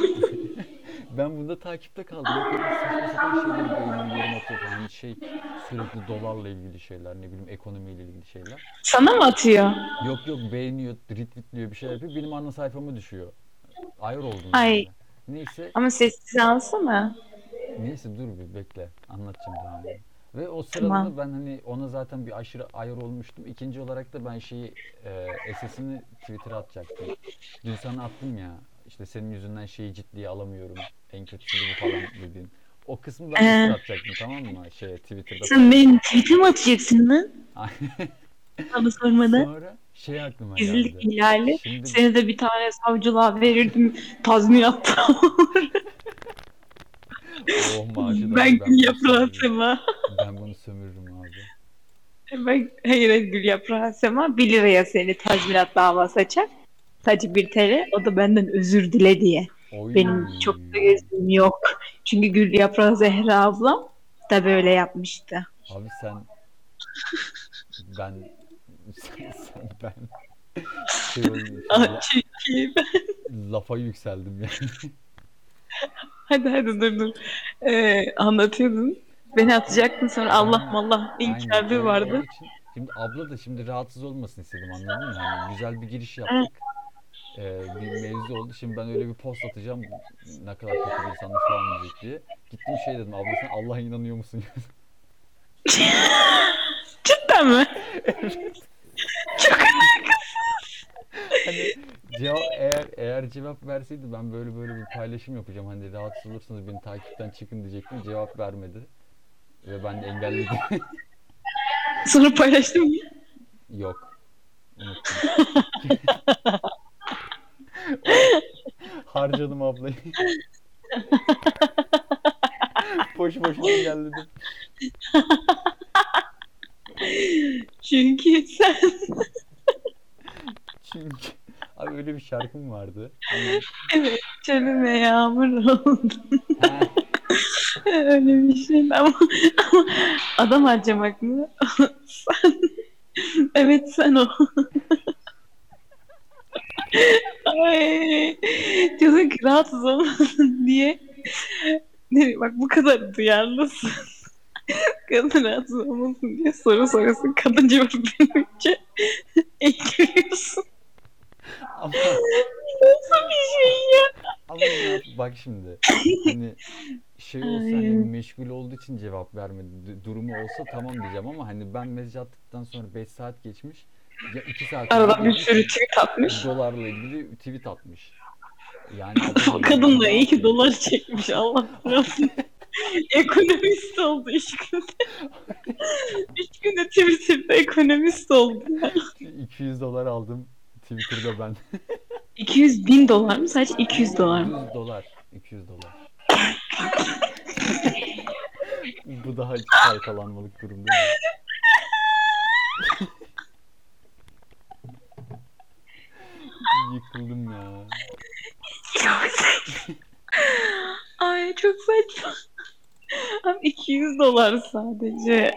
A: Ben bunda takipte kaldım. Ya böyle saçma sapan şeyler görüyorum, yorum atıyor falan. Hani şey sürekli dolarla ilgili şeyler, ne bileyim ekonomiyle ilgili şeyler.
B: Sana mı atıyor?
A: Yok yok beğeniyor, retweetliyor bir şey yapıyor. Benim ana sayfama düşüyor. Ayar oldum.
B: Ay.
A: yani. Neyse,
B: Ama sessiz alsana.
A: neyse dur bir bekle. Anlatacağım devamını. Ve o sırada da
B: Tamam.
A: ben hani ona zaten bir aşırı ayar olmuştum. İkinci olarak da ben şeyi e, SS'ini Twitter'a atacaktım. Dün sana attım ya. işte senin yüzünden şeyi ciddiye alamıyorum. En kötüsü de bu falan dediğin. O kısmı ben
B: Ee.
A: de atacaktım tamam mı? Şey Twitter'da.
B: Sen benim tweet'e mi atacaksın lan? Bana sormadan.
A: Sonra şey aklıma
B: Gizlilik
A: geldi.
B: ihlali.
A: Şimdi
B: Seni de bir tane savcılığa verirdim. Tazminat da olur.
A: oh maaşı da
B: ben
A: ben bunu
B: gül yaprağı
A: sömürürüm.
B: sema.
A: Ben bunu sömürürüm abi.
B: Ben, hayır hayır gül yaprağı sema. 1 liraya seni tazminat davası açar. Sadece 1 TL. O da benden özür dile diye.
A: Oy.
B: Benim çok da gözüm yok. Çünkü gül yaprağı Zehra ablam da böyle yapmıştı.
A: Abi sen ben sen, sen ben şey oldu.
B: Aa, Çünkü
A: Lafa yükseldim yani.
B: Hadi hadi dur dur. Ee, anlatıyordun. Beni atacaktın sonra Allah Allah
A: Aynen,
B: inkar
A: öyle
B: vardı.
A: olduğu için- Şimdi abla da şimdi rahatsız olmasın istedim anladın mı? Yani güzel bir giriş yaptık. Ee, bir mevzu oldu. Şimdi ben öyle bir post atacağım. Ne kadar kötü bir insanlık falan diyecek diye. Gittim şey dedim. Abla sen Allah'a inanıyor musun? [LAUGHS]
B: Cidden mi?
A: hani cevap eğer eğer cevap verseydi ben böyle böyle bir paylaşım yapacağım. Hani rahatsız olursanız beni takipten çıkın diyecektim. Cevap vermedi. Ve ben de engelledim.
B: Sonra paylaştın mı?
A: Yok.
B: [LAUGHS]
A: Unuttum. Harcadım
B: [LAUGHS]
A: ablayı. Boş boşuna engelledim.
B: Çünkü sen
A: Çünkü abi öyle bir şarkım
B: [LAUGHS]
A: vardı. Hani-
B: evet çölüme yağmur oldun.
A: Ha,
B: [LAUGHS] Öyle bir şey ama, ama adam harcamak mı? [LAUGHS] sen. Evet sen o. [LAUGHS] Ay. Diyorsun ki rahatsız olmasın diye. Ne bileyim, bak bu kadar duyarlısın. [LAUGHS] Kadın rahatsız olmasın diye soru soruyorsun. Kadın cevap [LAUGHS] verince ekliyorsun.
A: ama,
B: Nasıl bir şey ya?
A: ama ya, bak şimdi. Hani şey olsa hani
B: Ay.
A: meşgul olduğu için cevap vermedi. Du- Durumu olsa tamam diyeceğim ama hani ben mesaj attıktan sonra 5 saat geçmiş. Ya 2 saat
B: Aradan bir şey
A: geçmiş,
B: sürü tweet atmış.
A: dolarla ilgili tweet atmış.
B: [LAUGHS]
A: Yani
B: O kadın da iyi ki dolar çekmiş Allah razı Ekonomist oldu üç günde. üç günde Twitter'da ekonomist oldu.
A: 200 dolar aldım Twitter'da ben.
B: 200 bin dolar mı? Sadece 200
A: [LAUGHS]
B: dolar mı?
A: 200 dolar. 200
B: [LAUGHS]
A: dolar. Bu daha hiç kalkalanmalık durum değil mi? [LAUGHS] Yıkıldım ya.
B: Çok saçma. Ay çok saçma. Abi 200 dolar sadece.
A: ya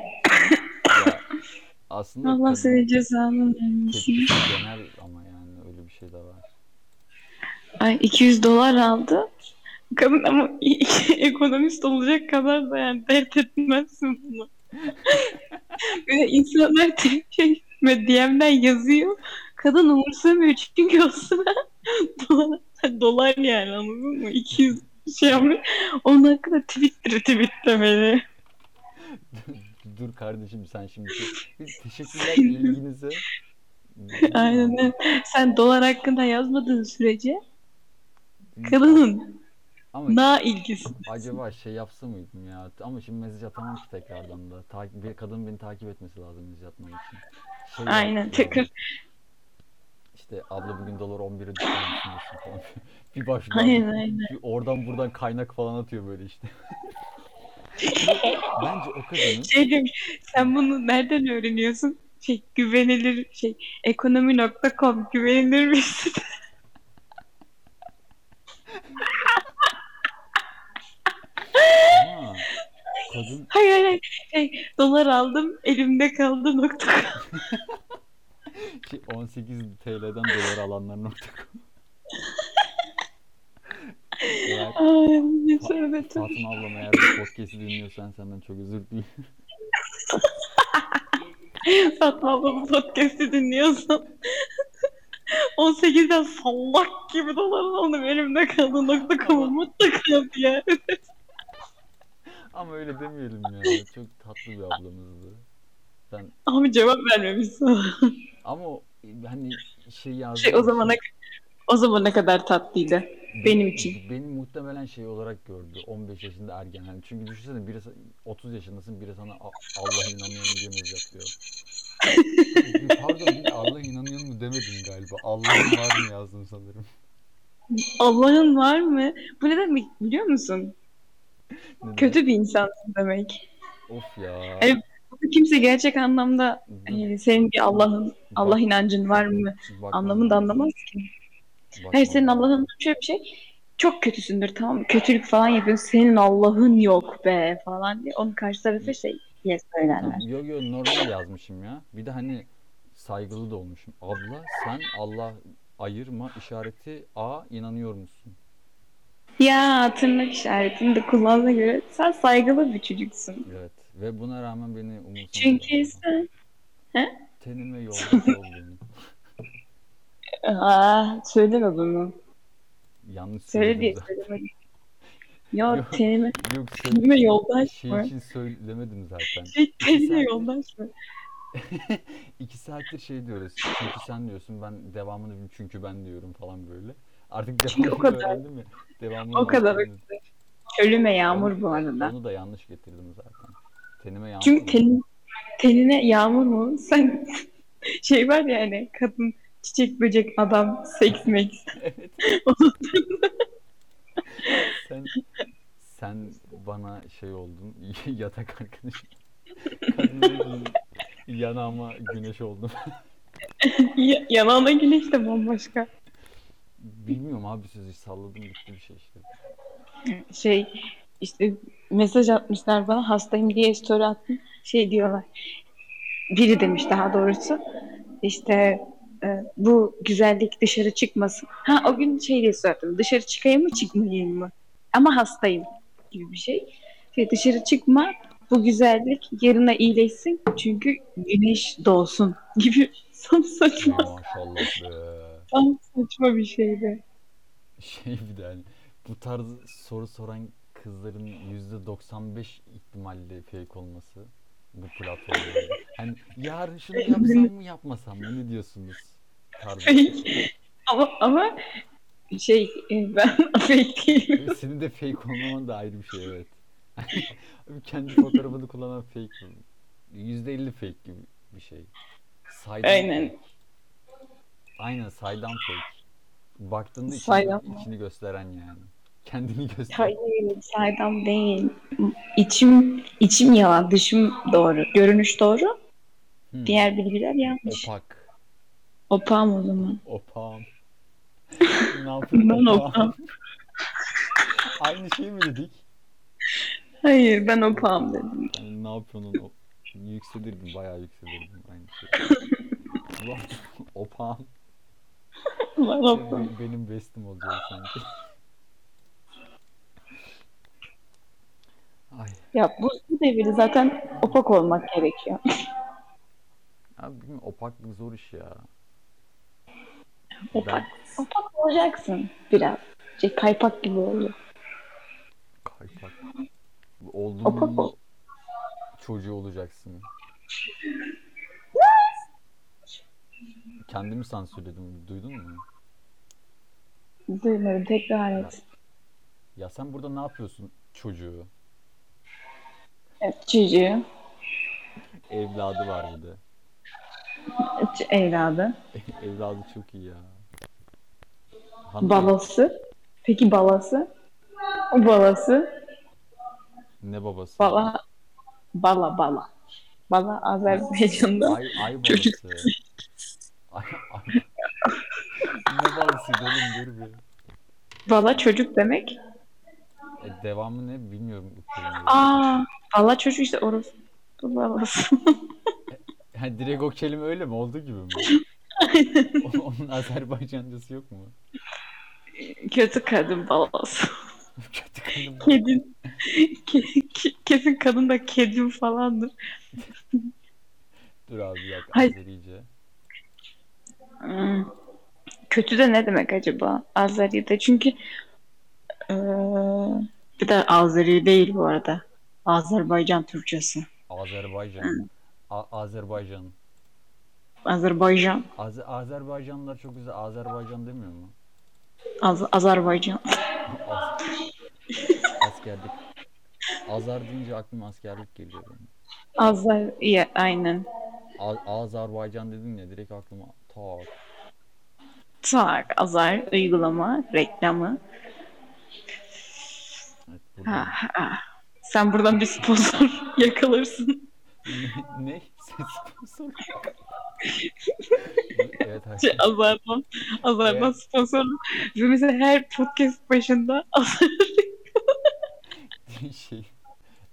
A: aslında
B: Allah
A: kadın
B: seni cezanı vermesin.
A: tepkisi şey genel ama yani öyle bir şey de var.
B: Ay 200 dolar aldı. Kadın ama ekonomist olacak kadar da yani dert etmezsin bunu. [LAUGHS] Böyle insanlar [LAUGHS] şey, DM'den yazıyor. Kadın umursamıyor çünkü o sıra [LAUGHS] dolar, dolar yani anladın mı? 200 şey yapıyor. Onun hakkında Twitter tweetlemeli.
A: [LAUGHS] Dur kardeşim sen şimdi. Bir Teşekkürler ilginize.
B: [LAUGHS] Aynen öyle. Sen dolar hakkında yazmadığın sürece kadının
A: Ama
B: na ilgisi.
A: acaba şey yapsa mıydım ya? Ama şimdi mesaj atamam ki tekrardan da. Takip, bir kadın beni takip etmesi lazım mesaj atmam için. Şey
B: Aynen,
A: yaptı
B: tekrar-
A: yani. İşte abla bugün dolar 11'e düştü ne düşünüyorsun falan. [LAUGHS] bir başlıyor.
B: Aynen, aynen.
A: Bir oradan buradan kaynak falan atıyor böyle
B: [LAUGHS]
A: işte. Bence o kadının
B: şey demiş, sen bunu nereden öğreniyorsun? Şey, güvenilir şey ekonomi.com güvenilir bir site.
A: ama kadın
B: [LAUGHS] Hayır hayır, hayır şey, dolar aldım elimde kaldı nokta. com.
A: Ki 18 TL'den dolar alanlar nokta com. Eğer
B: Ay ne
A: Fa-
B: şerbetim.
A: Fatma ablam eğer bu podcast'i dinliyorsan senden çok özür dilerim.
B: Fatma abla bu podcast'i dinliyorsan [LAUGHS] 18'den sallak gibi dolanın onu benimle kaldı nokta
A: Ama-
B: kamu mutlaka diye.
A: Ama öyle demeyelim ya. Çok tatlı bir ablamızdı. Sen
B: Abi cevap vermemişsin.
A: ama o- hani şey yazdı.
B: Şey, o zamana o zamana kadar tatlıydı. benim için.
A: Beni muhtemelen şey olarak gördü. 15 yaşında ergen. Hani çünkü düşünsene biri sa- 30 yaşındasın biri sana "A- Allah inanıyor mu demeyecek
B: [LAUGHS]
A: diyor.
D: Pardon bir de Allah inanıyor mu demedim galiba. Allah'ın var mı yazdım sanırım.
B: Allah'ın var mı? Bu ne demek biliyor musun?
A: Neden?
B: Kötü bir insansın demek.
A: Of ya.
B: Evet, Bunu Kimse gerçek anlamda
A: Dur,
B: hani senin bir Allah'ın Allah inancın var mı
A: bakmam
B: anlamını da
A: lazım.
B: anlamaz ki.
A: Bakmam
B: Hayır senin
A: lazım.
B: Allah'ın şöyle bir şey. Çok kötüsündür tamam mı? Kötülük falan yapıyorsun. Senin Allah'ın yok be falan diye. Onun karşı tarafı şey diye söylerler.
A: Yo yo normal yazmışım ya. Bir de hani saygılı da olmuşum. Abla sen Allah ayırma işareti A inanıyor musun?
B: Ya tırnak işaretini de kullandığına göre sen saygılı bir çocuksun.
A: Evet. Ve buna rağmen beni umursamadı.
B: Çünkü sen...
A: Tenin ve
B: [LAUGHS]
A: yoldaş olduğunu.
B: Aa, söyleme bunu.
A: Yanlış
B: Söyle diye
A: söyledim zaten.
B: söyleme. Ya
A: Yok.
B: tenime,
A: Yok söyle-
B: tenime yoldaş
A: şey
B: mı?
A: için söylemedim zaten.
B: Şey, tenime
A: Sen-
B: yoldaş mı?
A: İki saattir şey diyoruz. Çünkü sen diyorsun ben devamını bilmiyorum çünkü ben diyorum falan böyle. Artık
B: Çünkü
A: devamını
B: o kadar.
A: öğrendim ya. Devamını
B: O kadar.
A: öğrendim.
B: Ölüme yağmur bu arada.
A: Onu da yanlış getirdim zaten. Tenime yağmur.
B: Çünkü
A: mu?
B: tenin, tenine yağmur mu? [LAUGHS] Sen şey var ya hani kadın çiçek böcek adam seks meks.
A: [LAUGHS]
B: [LAUGHS]
A: Evet. sen sen bana şey oldun [LAUGHS] yatak arkadaşım. Kadın yanağıma güneş oldum. [LAUGHS]
B: Ya- Yanağına güneş de bambaşka.
A: Bilmiyorum abi sizi salladım gitti bir şey işte.
B: Şey işte mesaj atmışlar bana hastayım diye story attım. Şey diyorlar. Biri demiş daha doğrusu. İşte e, bu güzellik dışarı çıkmasın. Ha o gün şey diye sordum. Dışarı çıkayım mı çıkmayayım mı? Ama hastayım gibi bir şey. Şey, dışarı çıkma bu güzellik yarına iyileşsin çünkü güneş doğsun [LAUGHS] gibi Sam
A: Ya
B: saçma
A: maşallah be.
B: sam saçma bir şeydi.
A: Şey bir de hani bu tarz soru soran kızların %95 ihtimalle fake olması bu platformda. Hani yarın şunu yapsam mı yapmasam mı ne diyorsunuz? Tarzı.
B: Fake. Ama ama şey e, ben [LAUGHS] fake değilim.
A: Evet, Senin de fake olmaman da ayrı bir şey evet. [LAUGHS] Abi Kendi fotoğrafını kullanan fake bu. %50 fake gibi bir şey. Saydam
B: Aynen.
A: fake. Aynen saydam fake. Baktığında içini,
B: Saydam.
A: içini gösteren yani. Kendini gösteren.
B: Hayır, saydam değil. İçim içim yalan, dışım doğru. Görünüş doğru,
A: Hmm.
B: diğer bilgiler yanlış.
A: Opak.
B: Opam o zaman.
A: Opam.
B: [LAUGHS]
A: ne yapayım
B: Ben
A: opam?
B: opam.
A: [LAUGHS] Aynı şey mi dedik?
B: Hayır, ben opam dedim.
A: Yani ne yapıyorsun o? Yükselirdim bayağı yükselirdim aynı şey. [LAUGHS] Ulan, opam.
B: Ben opam.
A: Be- Şey, Benim bestim olacak sanki. Ay
B: Ya bu, bu devirde zaten opak olmak gerekiyor.
A: abi bilmiyorum, opaklık zor iş ya.
B: Opak.
A: Ben
B: Opak olacaksın biraz. Şey, kaypak gibi oluyor.
A: kaypak. Oldun
B: Opak
A: mu
B: ol.
A: çocuğu olacaksın. Kendimi sansürledim. Duydun mu?
B: Duymadım, tekrar et.
A: Ya sen burada ne yapıyorsun çocuğu?
B: Evet, çocuğu,
A: Evladı var bir de.
B: ç- evladı,
A: Evladı çok iyi ya. Hanım,
B: balası. Peki balası? O balası,
A: Ne babası?
B: bala, bala, bala. Bala Azerbaycan'da.
A: Ay, ay
B: Çocuk.
A: balası. Ay, ay. ne balasıydı oğlum dur bir.
B: Bala çocuk demek.
A: E, devamı ne bilmiyorum.
B: Aa, bala çocuk işte orası. Babası.
A: Ha, direkt o kelime [LAUGHS] öyle mi? Olduğu gibi mi? O- Onun Azerbaycancası yok mu?
B: [LAUGHS] Kötü kadın balası.
A: [LAUGHS] Kötü kadın. bu.
B: Kedin. Ke- ke- kesin kadın da kedim falandır.
A: Dur abi bir dakika.
B: Hayır.
A: Azerice.
B: Hmm. Kötü de ne demek acaba Azeri'de? Çünkü eee, bir de Azeri değil bu arada. Azerbaycan Türkçesi.
A: Azerbaycan. A- Azerbaycan.
B: Azerbaycan.
A: Aze- Azerbaycanlılar çok güzel. Azerbaycan demiyor mu?
B: Az- Azerbaycan.
A: Az- askerlik. Azar deyince aklıma askerlik geliyor benim.
B: Azer, ya, aynen.
A: A- Azerbaycan dedin ya direkt aklıma tak.
B: Tak, Azer uygulama, reklamı.
A: Evet,
B: Ha,
A: buradan-
B: ha. Sen buradan bir sponsor [LAUGHS] yakalarsın.
A: [LAUGHS] ne? Ses
B: [LAUGHS]
A: sponsor. evet
B: Şey,
A: hayır.
B: Azer'dan, Azer'dan
A: Evet.
B: sponsorluk. Ve mesela her podcast başında [LAUGHS] Azer
A: [LAUGHS] şey.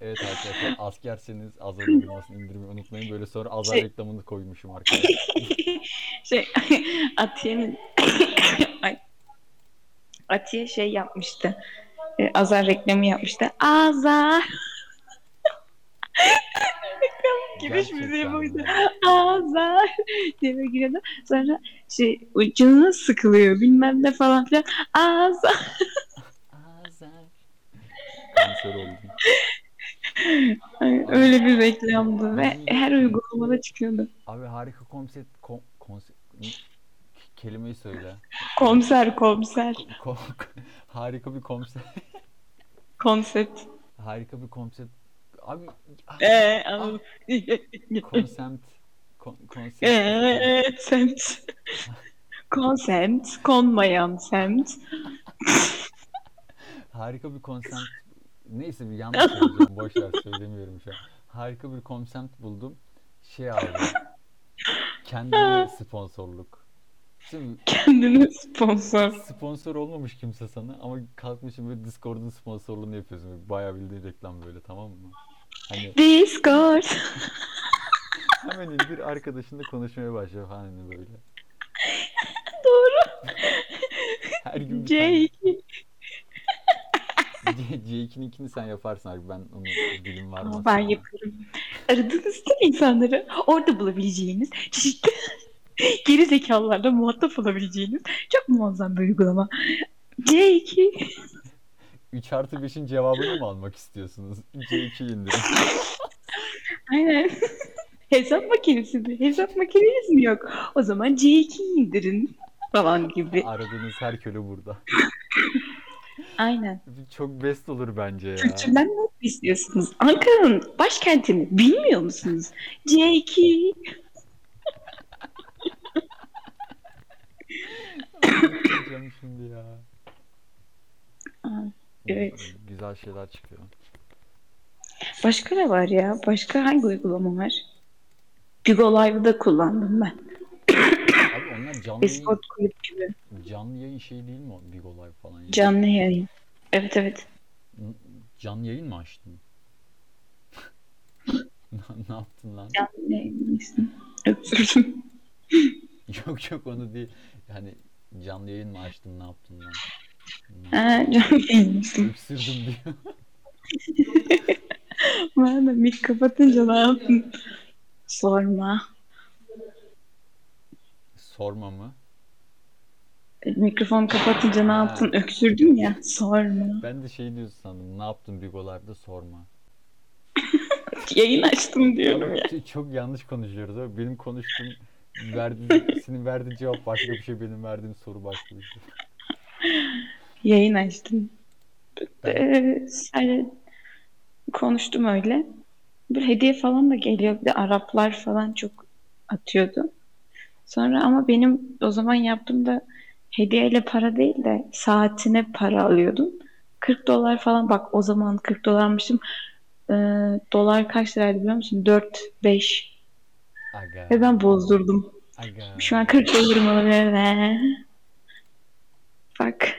A: Evet arkadaşlar askerseniz azar uygulamasını indirmeyi unutmayın. Böyle sonra azar
B: Şey-
A: reklamını
B: [LAUGHS]
A: koymuşum arkaya.
B: şey [LAUGHS] Atiye'nin [COUGHS] Ay. Atiye şey yapmıştı. E, Azar reklamı yapmıştı. Azar giriş
A: Gerçekten
B: müziği buydu.
A: mi?
B: Azar diye böyle giriyordu. Sonra şey canını sıkılıyor bilmem ne falan filan. Azar.
A: Azar. Kanser oldum.
B: Ay, Öyle bir reklamdı ve her uygulamada çıkıyordu.
A: Abi harika konsept kon, konsept kelimeyi söyle.
B: Komiser komiser.
A: Kom- harika bir konsept
B: Konsept.
A: harika bir konsept abi ah,
B: Eee anladım.
A: konsept kon- konsept
B: Eee semt. Konsemt. Konmayan semt.
A: harika bir konsept neyse bir yanlış söyleyeceğim boş ver söylemiyorum şu an. Harika bir konsept buldum. Şey abi. Kendine sponsorluk. Şimdi
B: Kendini sponsor.
A: sponsor olmamış kimse sana ama kalkmışım böyle Discord'un sponsorluğunu yapıyorsun. Bayağı bildiğin reklam böyle tamam mı? Hani
B: Discord.
A: Hemen indir arkadaşınla konuşmaya başlıyor hani böyle.
B: [LAUGHS] Doğru.
A: Her gün bir
B: Jake.
A: tane- C- C2'ninkini sen yaparsın abi ben onu dilim var mı?
B: Ben yaparım. Aradığınız tüm insanları orada bulabileceğiniz çeşitli geri zekalarla muhatap olabileceğiniz çok muazzam bir uygulama. Jake.
A: 3 artı 5'in cevabını mı almak istiyorsunuz? C2'yi indirin.
B: [LAUGHS] Aynen. Hesap makinesi mi? Hesap makineniz mi yok? O zaman C2'yi indirin falan gibi.
A: Aradığınız her köle burada.
B: Aynen.
A: Çok best olur bence ya.
B: Kültürden ne istiyorsunuz? Ankara'nın başkentini bilmiyor musunuz? C2.
A: Yapacağım şimdi ya.
B: Aa, evet.
A: Güzel şeyler çıkıyor.
B: Başka ne var ya? Başka hangi uygulama var? Google Live'da kullandım ben.
A: Abi onlar canlı
B: Discord
A: yayın,
B: kulüp gibi.
A: canlı yayın şey değil mi? o? Big Olay falan. ya.
B: Canlı yayın. Evet evet.
A: N- Canlı yayın mı açtın? [LAUGHS] ne, ne yaptın lan?
B: Canlı yayın. Öptürdüm.
A: Yok yok onu değil. Yani canlı yayın mı açtın ne yaptın lan? Ne
B: Ha,
A: yaptın?
B: canlı yayınmıştım.
A: Öksürdüm diyor.
B: Bana da mik kapatınca ne yaptın? Sorma.
A: Sorma mı?
B: Mikrofon kapatınca ne
A: Ha.
B: yaptın? Öksürdüm ya. Sorma.
A: Ben de şey diyorsun sandım. Ne yaptın Bigolar'da sorma.
B: Yayın açtım diyorum
A: Ama
B: ya.
A: ç- çok yanlış konuşuyoruz ama benim konuştuğum verdiğin, senin verdiğin cevap başka bir şey benim verdiğim soru başka bir şey.
B: Yayın açtım.
A: Ben-
B: Ee, sadece konuştum öyle. Bir hediye falan da geliyor. Bir de Araplar falan çok atıyordu. Sonra ama benim o zaman yaptığımda hediyeyle para değil de saatine para alıyordum. 40 dolar falan bak o zaman 40 dolarmışım. Ee, dolar kaç liraydı biliyor musun? 4-5.
A: Aga.
B: Ve ben bozdurdum.
A: Aga.
B: Şu an 40 olurum olabilir ve fuck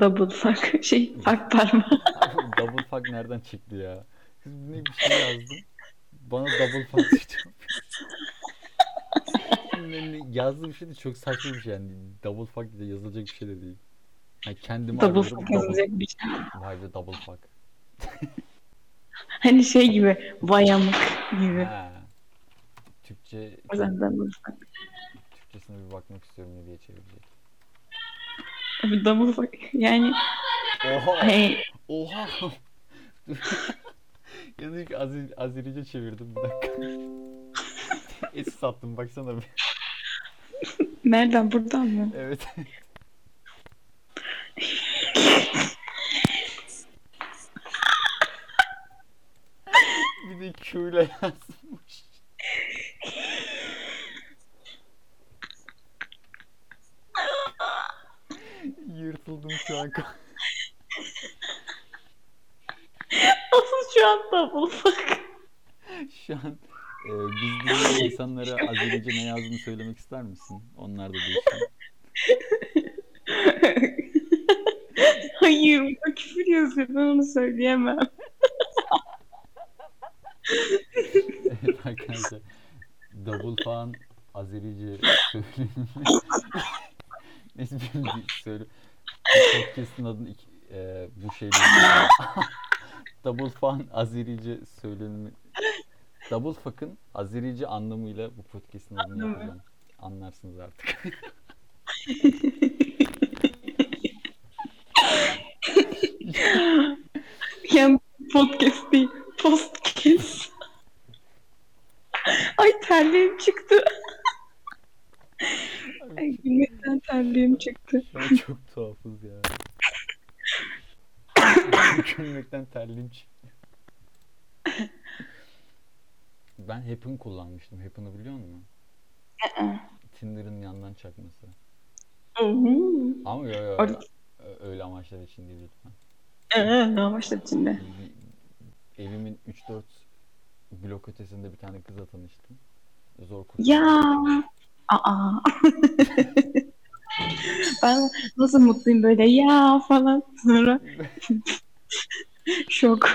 B: double fuck [LAUGHS] şey fuck parmağı
A: Abi double fuck nereden çıktı ya? Kız ne bir şey yazdım. Bana double fuck çıktı. Şimdi ne- Yazdığım şey de çok saçma bir şey yani. Double fuck diye yazılacak bir şey de değil. Ay, kendimi
B: Double
A: arıyorum.
B: fuck yazacak bir şey.
A: Vay be double fuck.
B: Hani şey gibi vayamık gibi.
A: Ha. Türkçe,
B: O yüzden double fuck.
A: Türkçesine bir bakmak istiyorum ne diye çevirecek.
B: Abi double fuck. Yani
A: Oha!
B: hey,
A: Oha! [LAUGHS] Yanlış Azer, Azerice çevirdim bir dakika. [LAUGHS] Esi sattım baksana bir.
B: nereden buradan mı? [LAUGHS]
A: Evet. [LAUGHS] bir de Q ile yazmış. Yırtıldım şu an.
B: Asıl şu an double fuck. [LAUGHS]
A: Şu an e, biz dinleyen insanlara Azerice ne yazdığını söylemek ister misin? Onlar da duysun.
B: Hayır buna küfür yazıyor ben onu söyleyemem.
A: Evet arkadaşlar. Double fan Azerice söyleyelim. Neyse bir bir söyle. Bu Podcast'ın adını iki, e, bu şeyle [LAUGHS] Double fan Azerice söylenimi. Double fuck'ın Azerice anlamıyla bu podcast'ın adını
B: Anlamı.
A: yapacağım. Anlarsınız artık.
B: Yani podcast değil podcast. Ay terliğim çıktı. Ay gülmekten terliğim çıktı.
A: Şu an çok tuhafız ya. Gülmekten terliğim çıktı. Ben Happn kullanmıştım. Happn'ı biliyor musun? Tinder'ın yandan çakması.
B: Oo.
A: Ama yo yo, yo.
B: Or-
A: Ö- Öyle amaçlar için değil lütfen.
B: Ee, ne başladı şimdi?
A: Bir- Evimin 3-4 blok ötesinde bir tane kızla tanıştım. Zor kurtuldum.
B: Ya. Aa. ben nasıl mutluyum böyle ya falan. Sonra şok.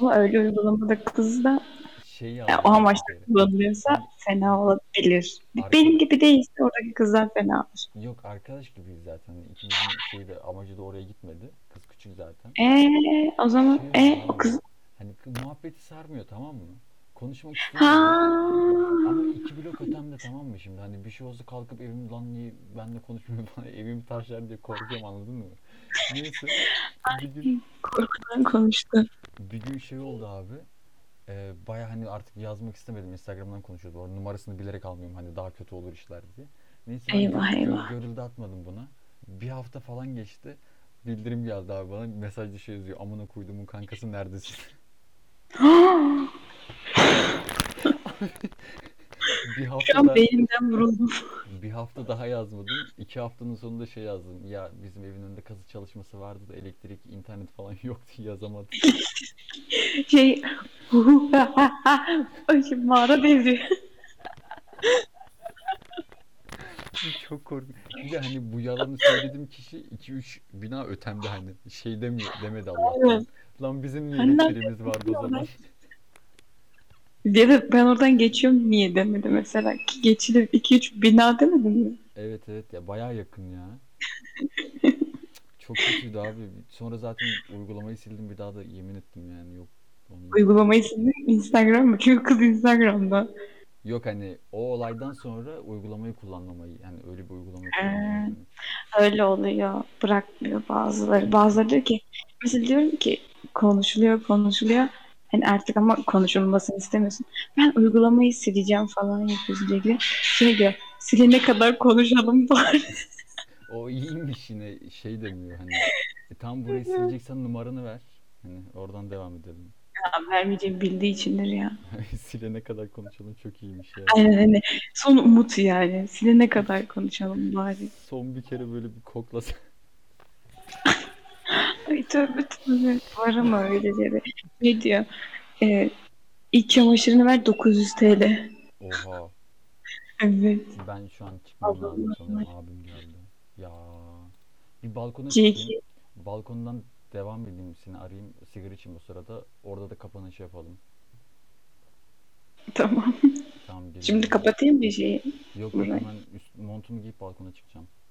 B: Ama öyle uygulamada kız da
A: Şey
B: Ya, o
A: aldım
B: amaçla
A: bir kere.
B: kullanılıyorsa fena olabilir.
A: Arkadaş-
B: Benim gibi değilse oradaki kızlar fena olur.
A: Yok arkadaş gibiyiz zaten. İkimizin şeyi de amacı da oraya gitmedi. Kız küçük zaten.
B: Eee o zaman
A: Şey
B: e
A: sarmıyor.
B: o kız
A: Hani kı- muhabbeti sarmıyor tamam mı? Konuşmak
B: ha
A: istemiyorum. Ama iki blok ötemde tamam mı şimdi? Hani bir şey olsa kalkıp evim lan niye benle konuşmuyor [LAUGHS] falan evimi taşlar diye korkuyorum anladın mı? Neyse. Bir gün,
B: korkudan [GASPS] konuştu.
A: bir gün şey oldu abi. Ee, Baya hani artık yazmak istemedim. Instagram'dan konuşuyordu. Orada numarasını bilerek almıyorum. Hani daha kötü olur işler diye. Neyse ben
B: Eyvah,
A: gö- gö-
B: eyvah.
A: görüldü atmadım buna. Bir hafta falan geçti. Bildirim geldi abi bana. Mesajda şey yazıyor. Amına koyduğumun kankası neredesin? [LAUGHS] bir
B: Şu
A: hafta
B: an
A: da-
B: beynimden vuruldum. [LAUGHS]
A: bir hafta daha yazmadım. İki haftanın sonunda şey yazdım. Ya bizim evin önünde kazı çalışması vardı da elektrik, internet falan [LAUGHS] yoktu yazamadım.
B: Şey [LAUGHS] Ay, mağara devri.
A: Çok korkunç. Bir de hani bu yalanı söylediğim kişi 2-3 bina ötemde hani şey demiyor, demedi Allah'tan.
B: Aynen.
A: Lan bizim niye
B: Annem
A: elektriğimiz vardı o zaman?
B: [LAUGHS] Ya da ben oradan geçiyorum niye demedi mesela ki geçilir 2-3 bina demedi mi?
A: Evet evet ya bayağı yakın ya. Çok kötüydü abi. Sonra zaten uygulamayı sildim bir daha da yemin ettim yani yok. Ondan-
B: Uygulamayı sildim Instagram mı? Çünkü kız Instagram'da.
A: Yok hani o olaydan sonra uygulamayı kullanmamayı yani öyle bir uygulamayı
B: Ee.
A: kullanmamayı.
B: öyle oluyor. Bırakmıyor bazıları. Bazıları diyor ki mesela diyorum ki konuşuluyor konuşuluyor. Hani artık ama konuşulmasını istemiyorsun. Ben uygulamayı sileceğim falan yapıyorsun diye. Şey diyor silene kadar konuşalım bari. [LAUGHS]
A: O iyiymiş yine şey demiyor hani e, tam burayı sileceksen numaranı ver. Hani oradan devam edelim. [LAUGHS]
B: Ya Vermeyeceğim bildiği içindir ya.
A: Silene kadar konuşalım çok iyiymiş ya.
B: Aynen hani son umut yani. Silene kadar konuşalım bari.
A: Son bir kere böyle bir kokla.
B: Ay tövbe tövbe. Var ama öyleleri. Ne diyor? Ee, iç çamaşırını ver 900 TL. [LAUGHS]
A: Oha
B: Evet.
A: ben şu an çıkmam
B: Ablam
A: lazım
B: var.
A: sanırım abim geldi. Ya bir balkona
B: Ceki.
A: çıkayım. Balkondan devam edeyim seni arayayım sigara içeyim o sırada. Orada da kapanışı yapalım.
B: Tamam.
A: Tamam, geliyorum.
B: Şimdi kapatayım bir şeyi.
A: Yok yok
B: Burak.
A: hemen üst, montumu giyip balkona çıkacağım.